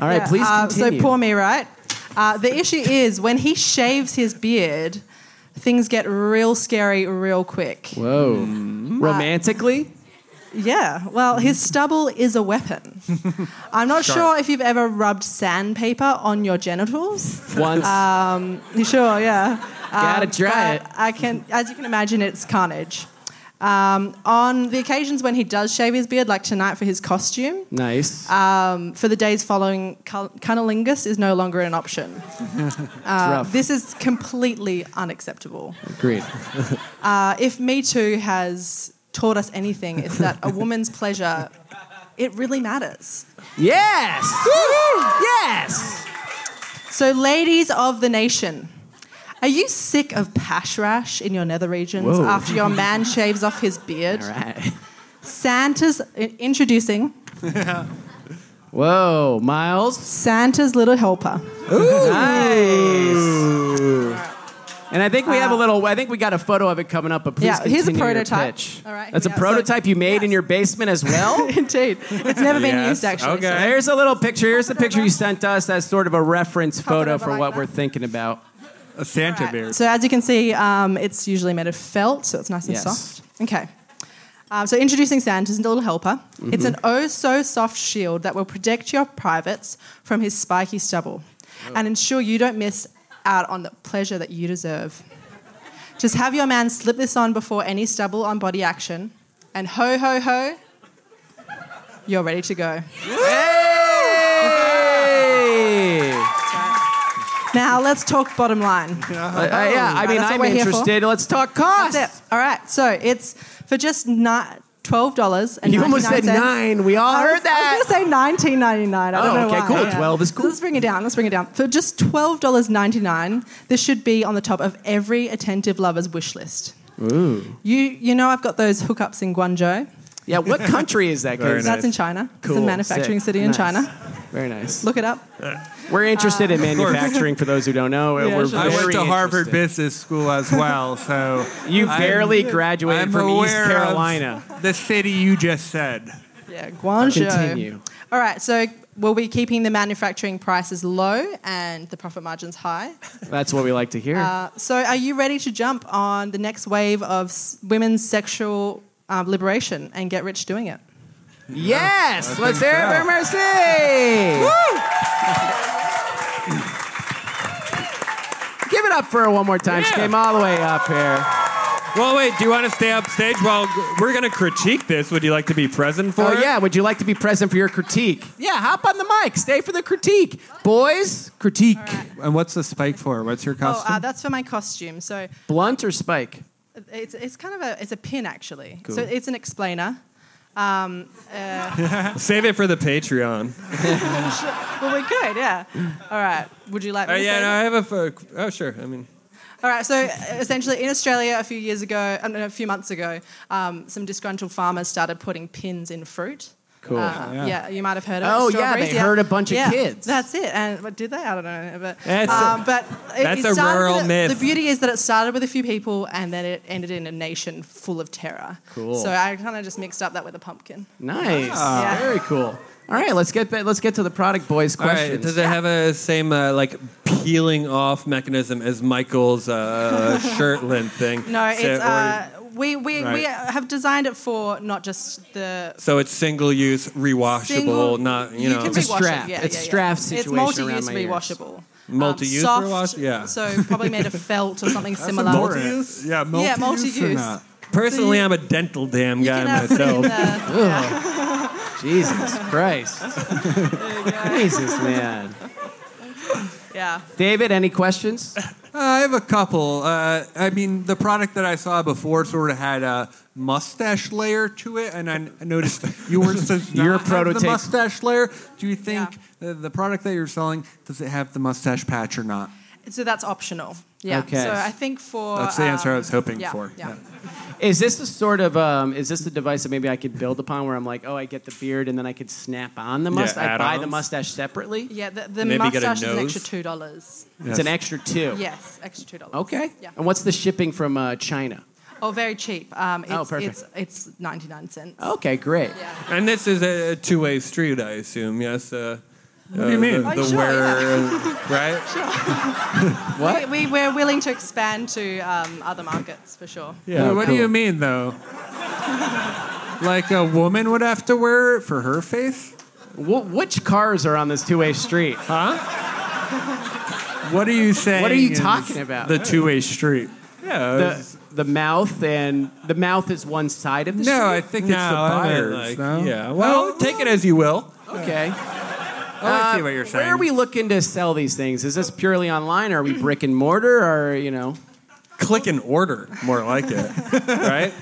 S3: All right,
S9: Yeah,
S3: please
S9: uh,
S3: continue.
S9: So poor me, right? Uh, the issue is when he shaves his beard, things get real scary real quick.
S3: Whoa.
S9: Mm-hmm.
S3: Romantically?
S9: Yeah, well, his stubble is a weapon. I'm not sure if you've ever rubbed sandpaper on your genitals.
S3: Once.
S9: You sure? Yeah. Um,
S3: Gotta try
S9: uh, but
S3: it.
S9: I can, as you can imagine, it's carnage. Um, on the occasions when he does shave his beard, like tonight for his costume,
S3: Nice.
S9: uh, for the days following, cul- cunnilingus is no longer an option. Uh,
S3: It's rough.
S9: This is completely unacceptable.
S3: Agreed.
S9: Uh, if Me Too has taught us anything, it's that a woman's pleasure, it really matters.
S3: Yes. Yes.
S9: So, ladies of the nation, are you sick of pash rash in your nether regions
S3: Whoa.
S9: after your man shaves off his beard?
S3: All right.
S9: Santa's i- introducing
S3: Whoa, Miles.
S9: Santa's little helper.
S3: Nice. And I think we have a little. I think we got a photo of it coming up. But please
S9: Uh, Yeah, here's a
S3: continue your
S9: prototype.
S3: pitch.
S9: All right,
S3: That's a
S9: yeah, so-
S3: prototype you made in
S9: yes.
S3: your basement as well.
S9: Indeed, it's never been used actually.
S3: So Here's a little picture. Here's the picture you sent us as sort of a reference
S9: it
S3: photo
S9: over
S3: for
S9: like
S3: what
S9: that.
S3: we're thinking about.
S5: a Santa
S9: Right.
S5: beard.
S9: Uh, So as you can see, um, it's usually made of felt, so it's nice and
S3: Yes.
S9: soft. Okay. Um, so introducing Santa's little helper. It's an oh so soft shield that will protect your privates from his spiky stubble, and ensure you don't miss out on the pleasure that you deserve. Just have your man slip this on before any stubble on body action, and ho ho ho, you're ready to go.
S3: Hey!
S9: Now let's talk bottom line.
S3: Uh, yeah, I mean,
S9: Oh, That's what
S3: I'm
S9: we're here for.
S3: interested. Let's talk cost.
S9: That's it. All right. So it's for just not twelve dollars and
S3: You almost said nine. We all heard that.
S9: I was going to say nineteen ninety nine. I don't
S3: Oh,
S9: know
S3: okay,
S9: why.
S3: cool. 12 is
S9: cool. Let's bring it down. Let's bring it down. For just twelve dollars ninety nine, this should be on the top of every attentive lover's wish list.
S3: Ooh.
S9: You you know I've got those hookups in Guangzhou.
S3: Yeah, what country is that? 'Cause-
S9: That's in China.
S3: Cool,
S9: It's a manufacturing
S3: sick,
S9: city in
S3: nice.
S9: China.
S3: Very nice.
S9: Look it up.
S3: We're interested in
S9: of course.
S3: manufacturing. For those who don't know,
S9: Yeah,
S3: we're
S9: sure.
S4: I went
S3: very
S4: to Harvard
S3: interested.
S4: Business School as well, so
S3: You
S4: I'm-
S3: barely graduated
S4: I'm
S3: from East
S4: aware of
S3: Carolina.
S4: the city you just said.
S9: Yeah, Guangzhou.
S3: Continue.
S9: All right, so we'll be keeping the manufacturing prices low and the profit margins high.
S3: That's what we like to hear.
S9: Uh, so, are you ready to jump on the next wave of s- women's sexual um, liberation and get rich doing it?
S3: yes,
S9: I
S3: let's
S9: think
S3: hear it
S9: so.
S3: for Mercy. Give it up for her one more time. She
S10: Yeah.
S3: came all the way up here.
S10: Well, wait. Do you want to stay up stage while we're going to critique this? Would you like to be present for
S3: Oh
S10: it?
S3: yeah, would you like to be present for your critique? Yeah, hop on the mic. Stay for the critique, boys. Critique.
S4: And what's the spike for? What's your
S9: Oh,
S4: costume?
S9: uh, that's for my costume. So,
S3: Blunt or spike?
S9: it's, it's kind of a it's a pin actually.
S10: Cool.
S9: So it's an explainer. Um, uh,
S10: Save it for the Patreon.
S9: well, we could, yeah. All right. Would you like?
S10: Oh
S9: Me to
S10: yeah,
S9: say
S10: no, I have a. Folk. Oh sure. I mean,
S9: All right, so uh, essentially in Australia a few years ago, uh, no, a few months ago, um, some disgruntled farmers started putting pins in fruit.
S3: Cool.
S9: Uh,
S3: Yeah.
S9: yeah. you might have heard of it.
S3: Oh, yeah,
S9: Strawberries,
S3: they hurt a bunch of
S9: Yeah,
S3: kids.
S9: That's it. And what did they? I don't know. But,
S3: That's a-
S9: um, but it,
S3: that's
S9: it
S3: a
S9: started
S3: rural
S9: with a-
S3: myth.
S9: The beauty is that it started with a few people and then it ended in a nation full of terror.
S3: Cool.
S9: So I kind of just mixed up that with a pumpkin.
S3: Nice.
S10: Ah.
S9: Yeah.
S3: Very cool. All right, let's get ba- let's get to the product boys
S10: all right.
S3: questions.
S10: Does it have a same uh, like peeling off mechanism as Michael's uh, shirt lint thing?
S9: No,
S10: So- or-
S9: it's uh, we we,
S10: Right.
S9: we have designed it for not just the
S10: so it's single use, rewashable,
S9: Single-
S10: not you, know.
S9: can rewash it, yeah, yeah, yeah. It's multi-use rewashable. Um,
S10: Multi-use
S9: soft,
S10: rewash- yeah.
S9: So probably made of felt or something
S10: That's
S9: similar.
S10: multi-use?
S4: Yeah,
S9: Yeah, multi-use. multi-use.
S10: Personally, I'm a dental dam guy
S9: have it in
S10: myself.
S9: the- yeah.
S3: Jesus Christ. Jesus man.
S9: Yeah.
S3: David, any questions?
S4: Uh, I have a couple. Uh, I mean, the product that I saw before sort of had a mustache layer to it, and I n- I noticed yours does not
S3: Your
S4: have
S3: prototype-
S4: the mustache layer. Do you think uh, the product that you're selling does it have the mustache patch or not?
S9: So that's optional. Yeah.
S3: Okay.
S9: So I think for um,
S4: That's the answer I was hoping
S9: yeah,
S4: for.
S9: Yeah.
S3: Is this a sort of um, is this the device that maybe I could build upon where I'm like, oh, I get the beard and then I could snap on the
S10: Yeah,
S3: mustache. I buy the
S10: add-ons.
S3: mustache separately.
S9: Yeah. The, the
S3: Maybe get a
S9: mustache is an
S3: nose.
S9: extra two dollars.
S3: It's an extra two.
S9: Yes, extra two dollars.
S3: Okay.
S9: Yeah.
S3: And what's the shipping from uh, China?
S9: Oh, very cheap. Um, it's,
S3: Oh, perfect. Oh,
S9: It's, it's ninety nine cents.
S3: Okay, great.
S10: And this is a two way street, I assume. Yes. Uh,
S4: What do you mean?
S10: The,
S9: Oh,
S10: the
S9: sure,
S10: wearer, right?
S3: What?
S9: We, we, we're willing to expand to um, other markets for sure.
S4: Well, what do you mean though? like a woman would have to wear it for her face?
S3: Wh- which cars are on this two way street? Huh?
S4: What are you saying?
S3: What are you
S4: is
S3: talking about?
S4: The two-way street. Yeah.
S3: The, the mouth and the mouth is one side of the
S4: No,
S3: street?
S4: I think it's the buyers. no? Oh,
S10: Yeah. Well, take it as you will.
S3: Okay.
S4: I see what
S3: Uh, Where
S4: you're
S3: are
S4: saying.
S3: we looking to sell these things? Is this purely online? Are we brick and mortar? Or you know,
S10: click and order, more like it, right?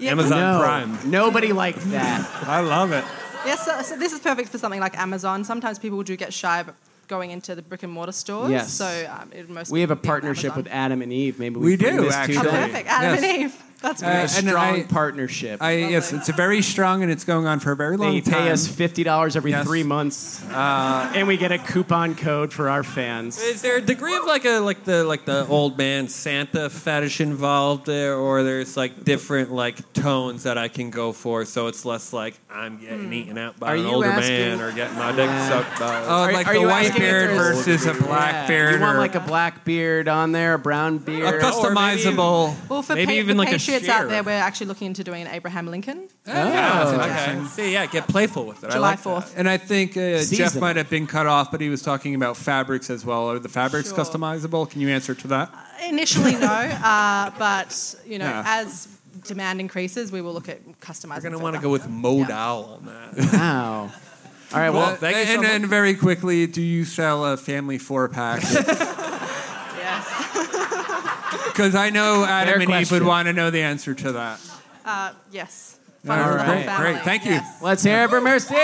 S10: Amazon
S3: No.
S10: Prime.
S3: Nobody liked that.
S10: I love it.
S9: Yes, so, so this is perfect for something like Amazon. Sometimes people do get shy about going into the brick and mortar stores.
S3: Yes.
S9: So um, it most
S3: We have a
S9: people be on
S3: partnership
S9: Amazon.
S3: with Adam and Eve. Maybe we,
S4: We
S3: bring
S4: do,
S3: this to
S4: actually.
S9: Oh,
S3: them.
S9: perfect.
S4: Yes.
S9: Adam and Eve. That's
S4: Uh,
S3: A
S9: great.
S4: and
S3: strong
S4: I-
S3: partnership.
S4: I, yes, it's a very strong and it's going on for a very long
S3: they
S4: time.
S3: pay us fifty dollars every
S4: Yes. Uh,
S3: three months, and we get a coupon code for our fans.
S10: Is there a degree of like a like the like the old man Santa fetish involved there, or there's like different like tones that I can go for, so it's less like I'm getting eaten out by
S3: Hmm. Are
S10: an
S3: you
S10: older
S3: asking-
S10: man or getting my dick
S3: Yeah.
S10: sucked by.
S4: Oh, like the
S3: you
S4: white
S3: asking if
S4: beard
S3: there's-
S4: versus a black
S3: Yeah.
S4: beard.
S3: You want
S4: or
S3: like a black beard on there, a brown beard,
S4: a
S3: or maybe-
S4: customizable.
S9: well, for
S10: maybe
S9: pa-
S10: even
S9: the
S10: like a
S9: patriots
S10: share.
S9: out there, we're actually looking into doing an Abraham Lincoln,
S10: Yeah,
S3: Oh.
S10: okay. See, yeah, get playful with it. I
S9: July
S10: like that.
S9: fourth.
S4: And I think uh, Jeff
S3: Seasonal.
S4: might have been cut off, but he was talking about fabrics as well. Are the fabrics
S9: Sure.
S4: customizable? Can you answer to that?
S9: Initially, no, uh, but you know,
S4: Yeah.
S9: as demand increases, we will look at customizing.
S10: We're gonna
S9: further.
S10: want to go with modal on that.
S3: Wow. All right.
S10: Well,
S3: Well,
S10: thank you so
S4: and
S10: much.
S4: then very quickly, do you sell a family four pack?
S9: Yes.
S4: Because I know Adam
S3: Fair
S4: and Eve
S3: question.
S4: would want to know the answer to that.
S9: Uh, yes. fun for the whole
S3: Alright.
S9: family. Yes.
S3: Let's hear it for Mercy.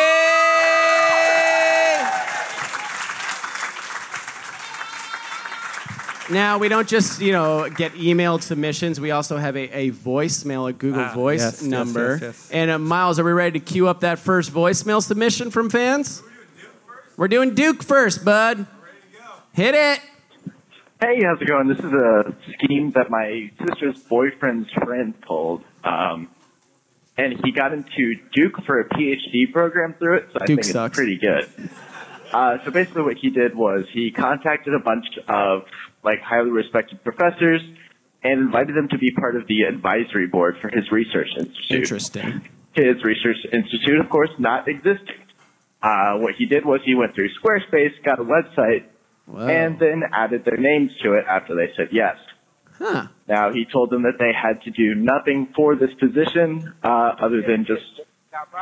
S3: Now we don't just you know get emailed submissions. We also have a, a voicemail, a Google
S4: Ah,
S3: Voice
S4: yes, yes,
S3: number.
S4: yes, yes.
S3: And uh, Miles, are we ready to queue up that first voicemail submission from fans? We're doing Duke first, bud. Hit it.
S2: Hey, how's it going? This is a scheme that my sister's boyfriend's friend pulled. Um, and he got into Duke for a PhD program through it, so I
S3: Duke
S2: think
S3: sucks.
S2: it's pretty good. Uh, so basically what he did was he contacted a bunch of like highly respected professors and invited them to be part of the advisory board for his research institute.
S3: Interesting.
S2: His research institute, of course, not existing. Uh, what he did was he went through Squarespace, got a website, and then added their names to it after they said yes.
S3: Huh.
S2: Now he told them that they had to do nothing for this position uh, other than just,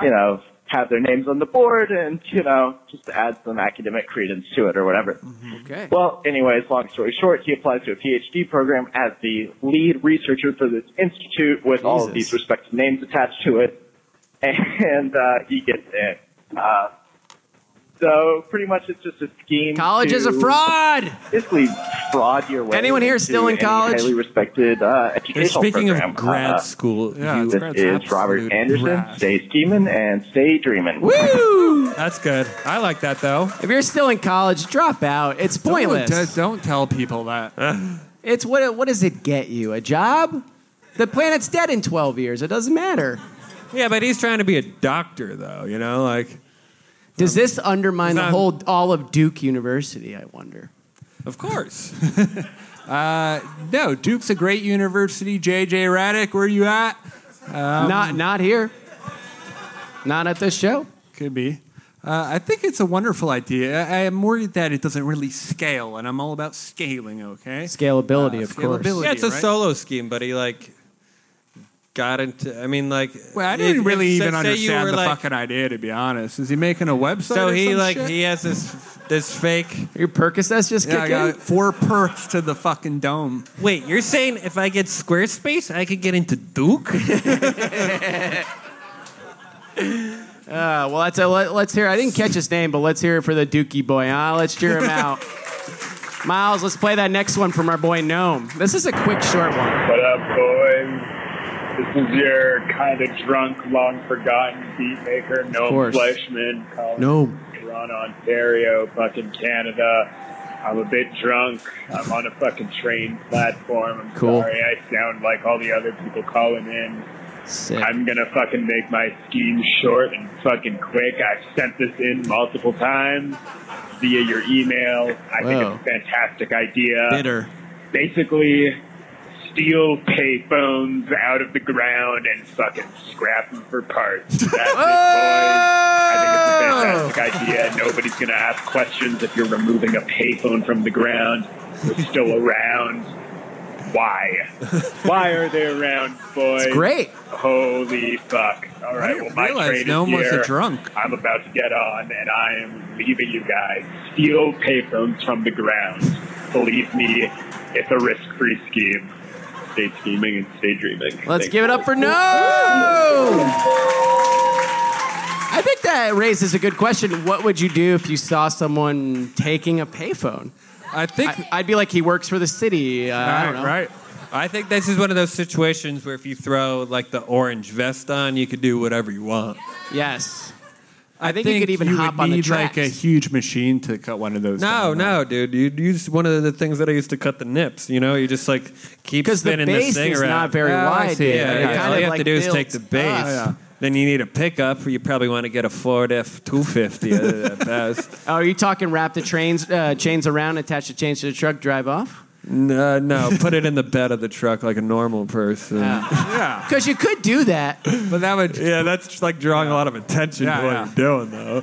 S2: you know, have their names on the board and you know just add some academic credence to it or whatever.
S3: Okay.
S2: Well, anyways, long story short, he applies to a PhD program as the lead researcher for this institute with all of these respective names attached to it, and uh, he gets in. Uh, so pretty much it's just a scheme.
S3: College
S2: to
S3: is a fraud.
S2: Basically, fraud your way.
S3: Anyone here still in
S2: into any
S3: college?
S2: Highly respected uh, educational
S4: Speaking of
S2: program.
S4: grad
S2: Uh,
S4: school,
S2: yeah,
S4: you-
S2: this
S4: That's
S2: is Robert
S4: absolute
S2: Anderson.
S4: trash.
S2: Stay scheming and stay dreaming.
S3: Woo!
S4: That's good. I like that though.
S3: If you're still in college, drop out. It's pointless.
S4: don't-
S3: tell people that. it's what what does it get you? A job? The planet's dead in 12 years. It doesn't matter.
S4: Yeah, but he's trying to be a doctor though. You know, like
S3: Does this undermine the
S4: Not-
S3: whole all of Duke University, I wonder?
S4: of course.
S1: Uh, no, Duke's a great university. JJ Raddick, where you at? Um,
S3: Not- not here. Not at this show.
S1: Could be. Uh, I think it's a wonderful idea. I, I am worried that it doesn't really scale, and I'm all about scaling. Okay,
S3: Scalability,
S1: Uh,
S3: of course.
S1: scalability,
S4: Yeah, it's a
S1: right?
S4: solo scheme, but he like got into. I mean, like.
S1: Well, I
S4: if-
S1: didn't
S4: if-
S1: really
S4: say-
S1: even
S4: say you
S1: understand
S4: were,
S1: the
S4: like-
S1: fucking idea, to be honest. Is he making a website?
S4: So
S1: or
S4: he
S1: some
S4: like
S1: shit?
S4: he has this this fake.
S3: Your Percocets just
S1: Yeah, I got four perks to the fucking dome.
S4: Wait, you're saying if I get Squarespace, I could get into Duke?
S3: Uh, well, that's a, let, us hear. I didn't catch his name, but let's hear it for the Dookie boy. Huh? Let's cheer him out. Miles, let's play that next one from our boy Gnome. This is a quick, short one.
S11: What up, boys? This is your kind of drunk, long forgotten beat maker, Noam
S3: course.
S11: Fleischman, calling
S3: Noam.
S11: from Toronto, Ontario, fucking Canada. I'm a bit drunk. I'm on a fucking train platform. I'm
S3: Cool.
S11: sorry I sound like all the other people calling in.
S3: Sick.
S11: I'm gonna fucking make my scheme short and fucking quick. I've sent this in multiple times via your email. I
S4: Wow.
S11: think it's a fantastic idea.
S4: Bitter.
S11: Basically, steal payphones out of the ground and fucking scrap them for parts. That's it, boys. I think it's a fantastic idea. Nobody's gonna ask questions if you're removing a payphone from the ground. It's still around. Why? Why are they around, boys?
S3: It's great.
S11: Holy fuck! All right, well, my
S4: realize
S11: train is
S4: no one was a
S11: here.
S4: drunk.
S11: I'm about to get on, and I am leaving you guys. Steal payphones from the ground. Believe me, it's a risk-free scheme. Stay scheming and stay dreaming.
S3: Let's
S11: Thanks.
S3: give it up for Gnome. I think that raises a good question. What would you do if you saw someone taking a payphone?
S4: I think
S3: I, would be like, he works for the city. Uh, I don't know.
S4: right. I think this is one of those situations where if you throw like the orange vest on, you could do whatever you want.
S3: Yes. I think you could even
S1: would
S3: hop on the
S1: need, like a
S3: tracks.
S1: huge machine to cut one of those.
S4: No, no, dude. You use one of the things that I used to cut the nips. You know, you just like keep
S3: 'Cause the
S4: spinning
S3: base is
S4: cigarette.
S3: not very Oh, I wide, see. dude.
S4: Yeah,
S3: It
S4: yeah.
S3: kind
S4: all
S3: of,
S4: you have
S3: like,
S4: to do is take
S3: builds
S4: the base.
S3: up. Yeah.
S4: Then you need a pickup. You probably want to get a Ford F two fifty at best.
S3: Oh, are you talking wrap the trains, uh, chains around, attach the chains to the truck, drive off?
S4: No, uh, no, put it in the bed of the truck like a normal person.
S3: Yeah. Because you could do that.
S4: But that would yeah, that's just like drawing a lot of attention
S1: Yeah,
S4: to what
S1: yeah.
S4: you're doing though.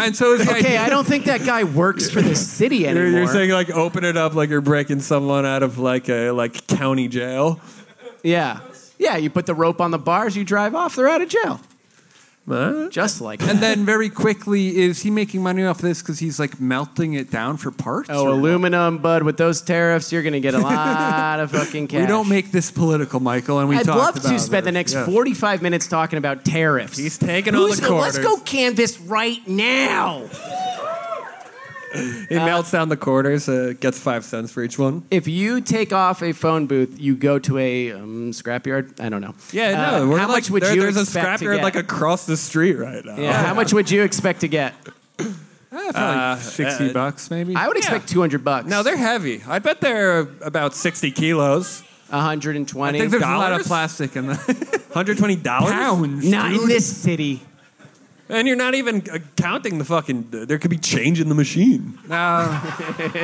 S1: And so it's
S3: Okay, I don't think that guy works for the city
S4: You're,
S3: anymore.
S4: you're saying like open it up like you're breaking someone out of like a like county jail.
S3: yeah. Yeah, you put the rope on the bars, you drive off, they're out of jail. Just like
S5: And then very quickly, is he making money off this because he's like melting it down for parts?
S3: Oh,
S5: or-
S3: aluminum, bud. With those tariffs, you're going to get a lot of fucking cash.
S5: We don't make this political, Michael, and we
S3: I'd
S5: talked
S3: love to
S5: about
S3: spend the
S5: this.
S3: next
S5: Yeah.
S3: 45 minutes talking about tariffs. He's
S4: taking
S5: all the
S3: Let's
S5: quarters.
S3: go canvas right now. Uh,
S4: It melts down the quarters, uh, gets five cents for each one.
S3: If you take off a phone booth, you go to a um, scrapyard. I don't know.
S4: Yeah,
S3: Uh,
S4: no. We're
S3: how
S4: like,
S3: much would
S4: there-
S3: you
S4: There's a
S3: expect to
S4: scrapyard
S3: get?
S4: like across the street right now.
S3: Yeah, how much would you expect to get?
S4: Uh, uh,
S5: bucks, maybe.
S3: I would expect 200 bucks.
S4: No, they're heavy. I bet they're about 60 kilos.
S3: 120.
S4: I think there's a lot
S5: Dollars?
S4: of plastic in there. 120 dollars?
S5: Pounds,
S3: Not in this city.
S4: And you're not even uh, counting the fucking. There could be change in the machine.
S5: No,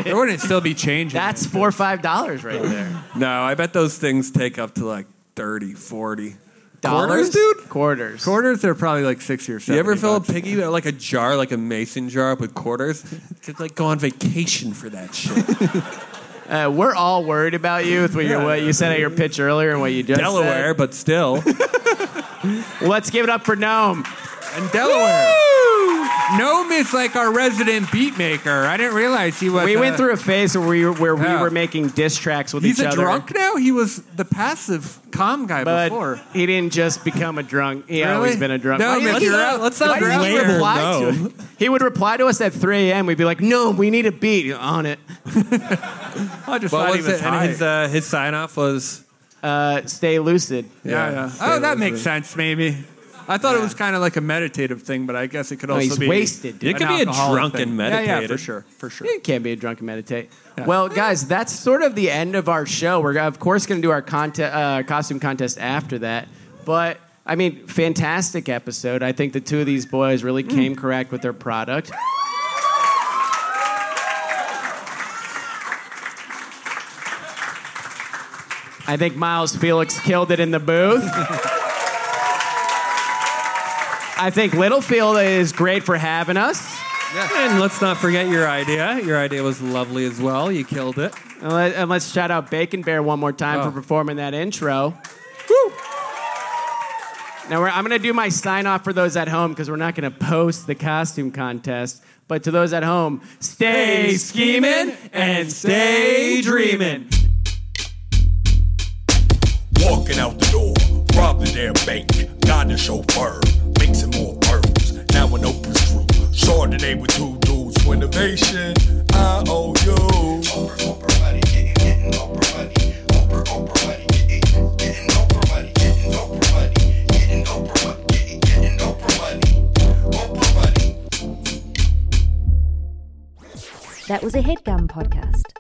S5: there wouldn't still be changing.
S3: That's four or five dollars right there.
S4: No, I bet those things take up to like 30, 40.
S3: Dollars?
S4: Quarters, dude?
S3: Quarters.
S5: Quarters, they're probably like sixty or
S4: Do
S5: seventy.
S4: you ever fill a piggy uh, like a jar, like a mason jar up with quarters? Could like go on vacation for that shit.
S3: Uh, we're all worried about you with what, you what you said at your pitch earlier and what you just
S4: Delaware,
S3: said.
S4: but still.
S3: Let's give it up for Gnome.
S5: And Delaware. Gnome is like our resident beat maker. I didn't realize he was.
S3: We went
S5: uh,
S3: through a phase where we were, where
S5: Yeah.
S3: we were making diss tracks with
S5: He's
S3: each
S5: a
S3: other.
S5: drunk now. He was the passive calm guy
S3: but
S5: before.
S3: he didn't just become a drunk. He
S5: Really?
S3: always been a drunk.
S5: No,
S3: Why do you
S5: if
S3: think
S5: you're
S3: he-
S5: out- let's not
S3: why do you think he
S5: label
S3: replied to
S5: Gnome.
S3: it? He would reply to us at 3 a.m. We'd be like, "No, we need a beat on it."
S5: I just
S4: What
S5: thought he
S4: was
S5: was
S4: it? And his, uh, his sign off was.
S3: Uh, stay lucid.
S5: Yeah, yeah.
S4: Stay
S5: Oh, that
S4: lucid.
S5: makes sense. Maybe. I thought it was kind of like a meditative thing, but I guess it could
S3: No,
S5: also
S3: he's
S5: be
S3: wasted, dude.
S5: an
S3: It could be a
S5: alcoholic
S4: drunk
S5: thing.
S4: and
S5: Yeah, yeah, for
S4: meditated.
S5: sure, for sure.
S3: You can't be a drunk and meditate. Well, guys, that's sort of the end of our show. We're of course going to do our conte- uh, costume contest after that, but. I mean, fantastic episode. I think the two of these boys really came correct with their product. I think Miles Felix killed it in the booth. I think Littlefield is great for having us.
S4: And let's not forget your idea. Your idea was lovely as well. You killed it.
S3: And, let, and let's shout out Bacon Bear one more time for performing that intro. Woo! Now we're, I'm going to do my sign off for those at home because we're not going to post the costume contest. But to those at home, stay scheming and stay dreaming.
S2: Walking out the door, robbed the damn bank, got the chauffeur, mixing more pearls. Now an open screw, Chardonnay with two dudes for innovation. I owe you. Oprah, Oprah money, getting, getting Oprah money. Oprah, Oprah money, getting, getting Oprah money, getting Oprah money, getting Oprah money, getting, getting Oprah money, Oprah money.
S12: That was a headgum podcast.